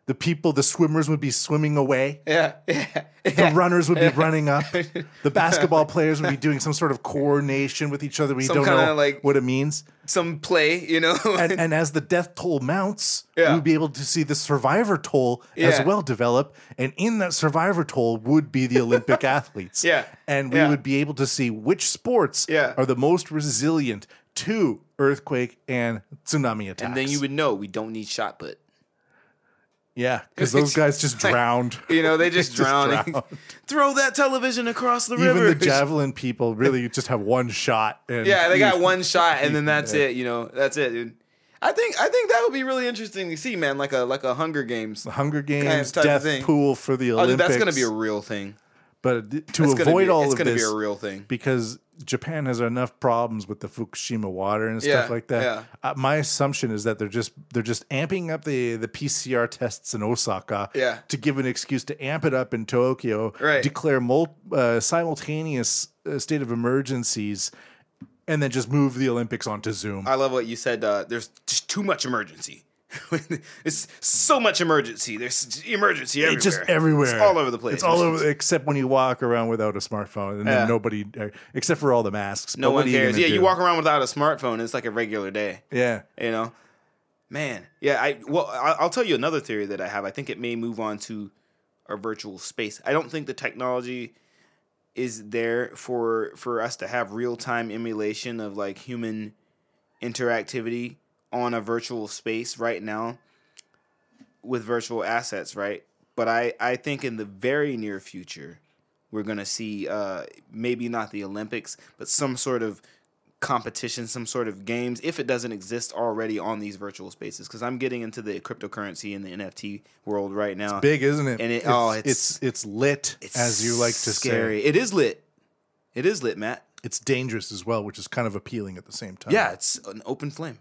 [SPEAKER 1] The people, the swimmers would be swimming away.
[SPEAKER 2] Yeah. Yeah.
[SPEAKER 1] The runners would be running up. The basketball players would be doing some sort of coordination with each other. We
[SPEAKER 2] Some
[SPEAKER 1] don't
[SPEAKER 2] kinda
[SPEAKER 1] know
[SPEAKER 2] like-
[SPEAKER 1] what it means.
[SPEAKER 2] Some play, you know.
[SPEAKER 1] And, and as the death toll mounts,
[SPEAKER 2] Yeah.
[SPEAKER 1] we'd be able to see the survivor toll
[SPEAKER 2] Yeah.
[SPEAKER 1] as well develop. And in that survivor toll would be the Olympic athletes.
[SPEAKER 2] Yeah.
[SPEAKER 1] And we
[SPEAKER 2] Yeah.
[SPEAKER 1] would be able to see which sports
[SPEAKER 2] Yeah.
[SPEAKER 1] are the most resilient to earthquake and tsunami attacks.
[SPEAKER 2] And then you would know we don't need shot put.
[SPEAKER 1] Yeah, because those guys just drowned.
[SPEAKER 2] You know, they just,
[SPEAKER 1] Just
[SPEAKER 2] drowning.
[SPEAKER 1] drowned.
[SPEAKER 2] Throw that television across the
[SPEAKER 1] Even
[SPEAKER 2] river.
[SPEAKER 1] the javelin people really just have one shot. And
[SPEAKER 2] Yeah, they got one shot and then that's it. You know, that's it, dude. I think I think that would be really interesting to see, man. Like a like a Hunger Games.
[SPEAKER 1] Hunger Games
[SPEAKER 2] type of
[SPEAKER 1] death
[SPEAKER 2] thing.
[SPEAKER 1] pool for the
[SPEAKER 2] Oh,
[SPEAKER 1] Olympics.
[SPEAKER 2] dude, that's gonna be a real thing.
[SPEAKER 1] but th- to
[SPEAKER 2] That's gonna
[SPEAKER 1] avoid
[SPEAKER 2] be,
[SPEAKER 1] all
[SPEAKER 2] it's
[SPEAKER 1] of
[SPEAKER 2] gonna
[SPEAKER 1] this,
[SPEAKER 2] be a real thing.
[SPEAKER 1] because Japan has enough problems with the Fukushima water and stuff
[SPEAKER 2] Yeah,
[SPEAKER 1] like that.
[SPEAKER 2] yeah.
[SPEAKER 1] Uh, my assumption is that they're just they're just amping up the the PCR tests in Osaka
[SPEAKER 2] Yeah.
[SPEAKER 1] to give an excuse to amp it up in Tokyo,
[SPEAKER 2] Right.
[SPEAKER 1] declare mul- uh, simultaneous uh, state of emergencies, and then just move the Olympics onto Zoom.
[SPEAKER 2] I love what you said. Uh, there's just too much emergency. it's so much emergency. There's emergency everywhere.
[SPEAKER 1] It's just everywhere.
[SPEAKER 2] It's all over the place.
[SPEAKER 1] It's all over, except when you walk around without a smartphone, and
[SPEAKER 2] Yeah.
[SPEAKER 1] then nobody, uh, except for all the masks.
[SPEAKER 2] No
[SPEAKER 1] But what
[SPEAKER 2] one
[SPEAKER 1] are you
[SPEAKER 2] cares.
[SPEAKER 1] gonna
[SPEAKER 2] Yeah, you
[SPEAKER 1] do?
[SPEAKER 2] walk around without a smartphone. It's like a regular day.
[SPEAKER 1] Yeah,
[SPEAKER 2] You know, man. Yeah. I well, I- I'll tell you another theory that I have. I think it may move on to our virtual space. I don't think the technology is there for for us to have real time emulation of like human interactivity on a virtual space right now with virtual assets, right? But I I think in the very near future we're gonna see uh, maybe not the Olympics, but some sort of competition, some sort of games, if it doesn't exist already on these virtual spaces. Because I'm getting into the cryptocurrency and the NFT world right now.
[SPEAKER 1] big, isn't it?
[SPEAKER 2] And it-
[SPEAKER 1] it's,
[SPEAKER 2] oh,
[SPEAKER 1] it's
[SPEAKER 2] it's-
[SPEAKER 1] it's lit,
[SPEAKER 2] It's
[SPEAKER 1] as you like to say.
[SPEAKER 2] scary. It is lit. It is lit, Matt.
[SPEAKER 1] It's dangerous as well, which is kind of appealing at the same time.
[SPEAKER 2] Yeah, it's an open flame.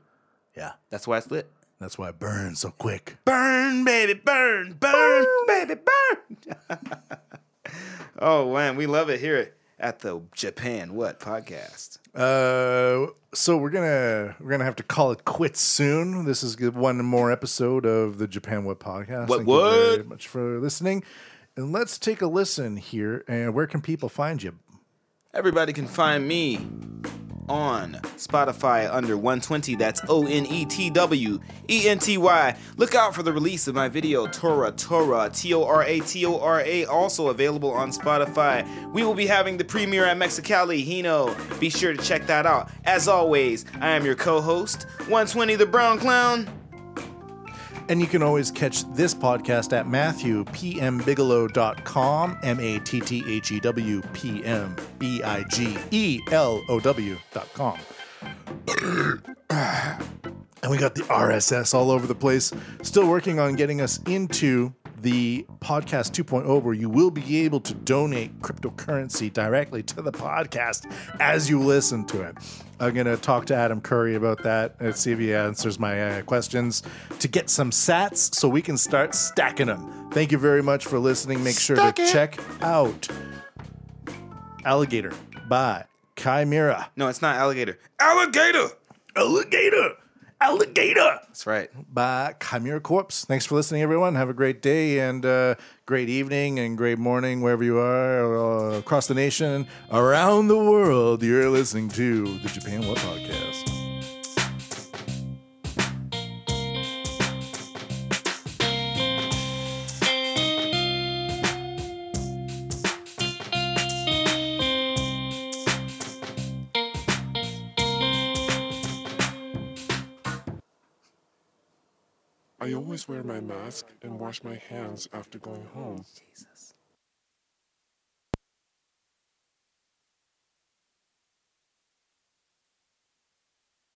[SPEAKER 1] yeah.
[SPEAKER 2] That's why it's lit.
[SPEAKER 1] That's why it burns so quick.
[SPEAKER 2] Burn, baby, burn, burn, baby, burn. oh man, we love it here at the Japan What podcast.
[SPEAKER 1] Uh, so we're gonna we're gonna have to call it quits soon. This is good- one more episode of the Japan Web Podcast.
[SPEAKER 2] What,
[SPEAKER 1] Thank you very
[SPEAKER 2] what?
[SPEAKER 1] much for listening, and let's take a listen here. And where can people find you?
[SPEAKER 2] Everybody can find me on Spotify under 120. That's O N E T W E N T Y. Look out for the release of my video, Tora Tora, T O R A T O R A, also available on Spotify. We will be having the premiere at Mexicali, Hino. Be sure to check that out. As always, I am your co host, 120 the Brown Clown.
[SPEAKER 1] And you can always catch this podcast at MatthewPMBigelow.com, M A T T H E W P M B I G E L O W.com. and we got the RSS all over the place. Still working on getting us into the podcast 2.0, where you will be able to donate cryptocurrency directly to the podcast as you listen to it. I'm going to talk to Adam Curry about that and see if he answers my uh, questions to get some sats so we can start stacking them. Thank you very much for listening. Make sure
[SPEAKER 2] Stack
[SPEAKER 1] to
[SPEAKER 2] it.
[SPEAKER 1] check out Alligator by Chimera.
[SPEAKER 2] No, it's not alligator. Alligator!
[SPEAKER 1] Alligator! Alligator!
[SPEAKER 2] That's right.
[SPEAKER 1] by Chimera Corpse. Thanks for listening, everyone. Have a great day and uh, great evening and great morning wherever you are uh, across the nation, around the world. You're listening to the Japan What Podcast.
[SPEAKER 6] I always wear my mask and wash my hands after going home.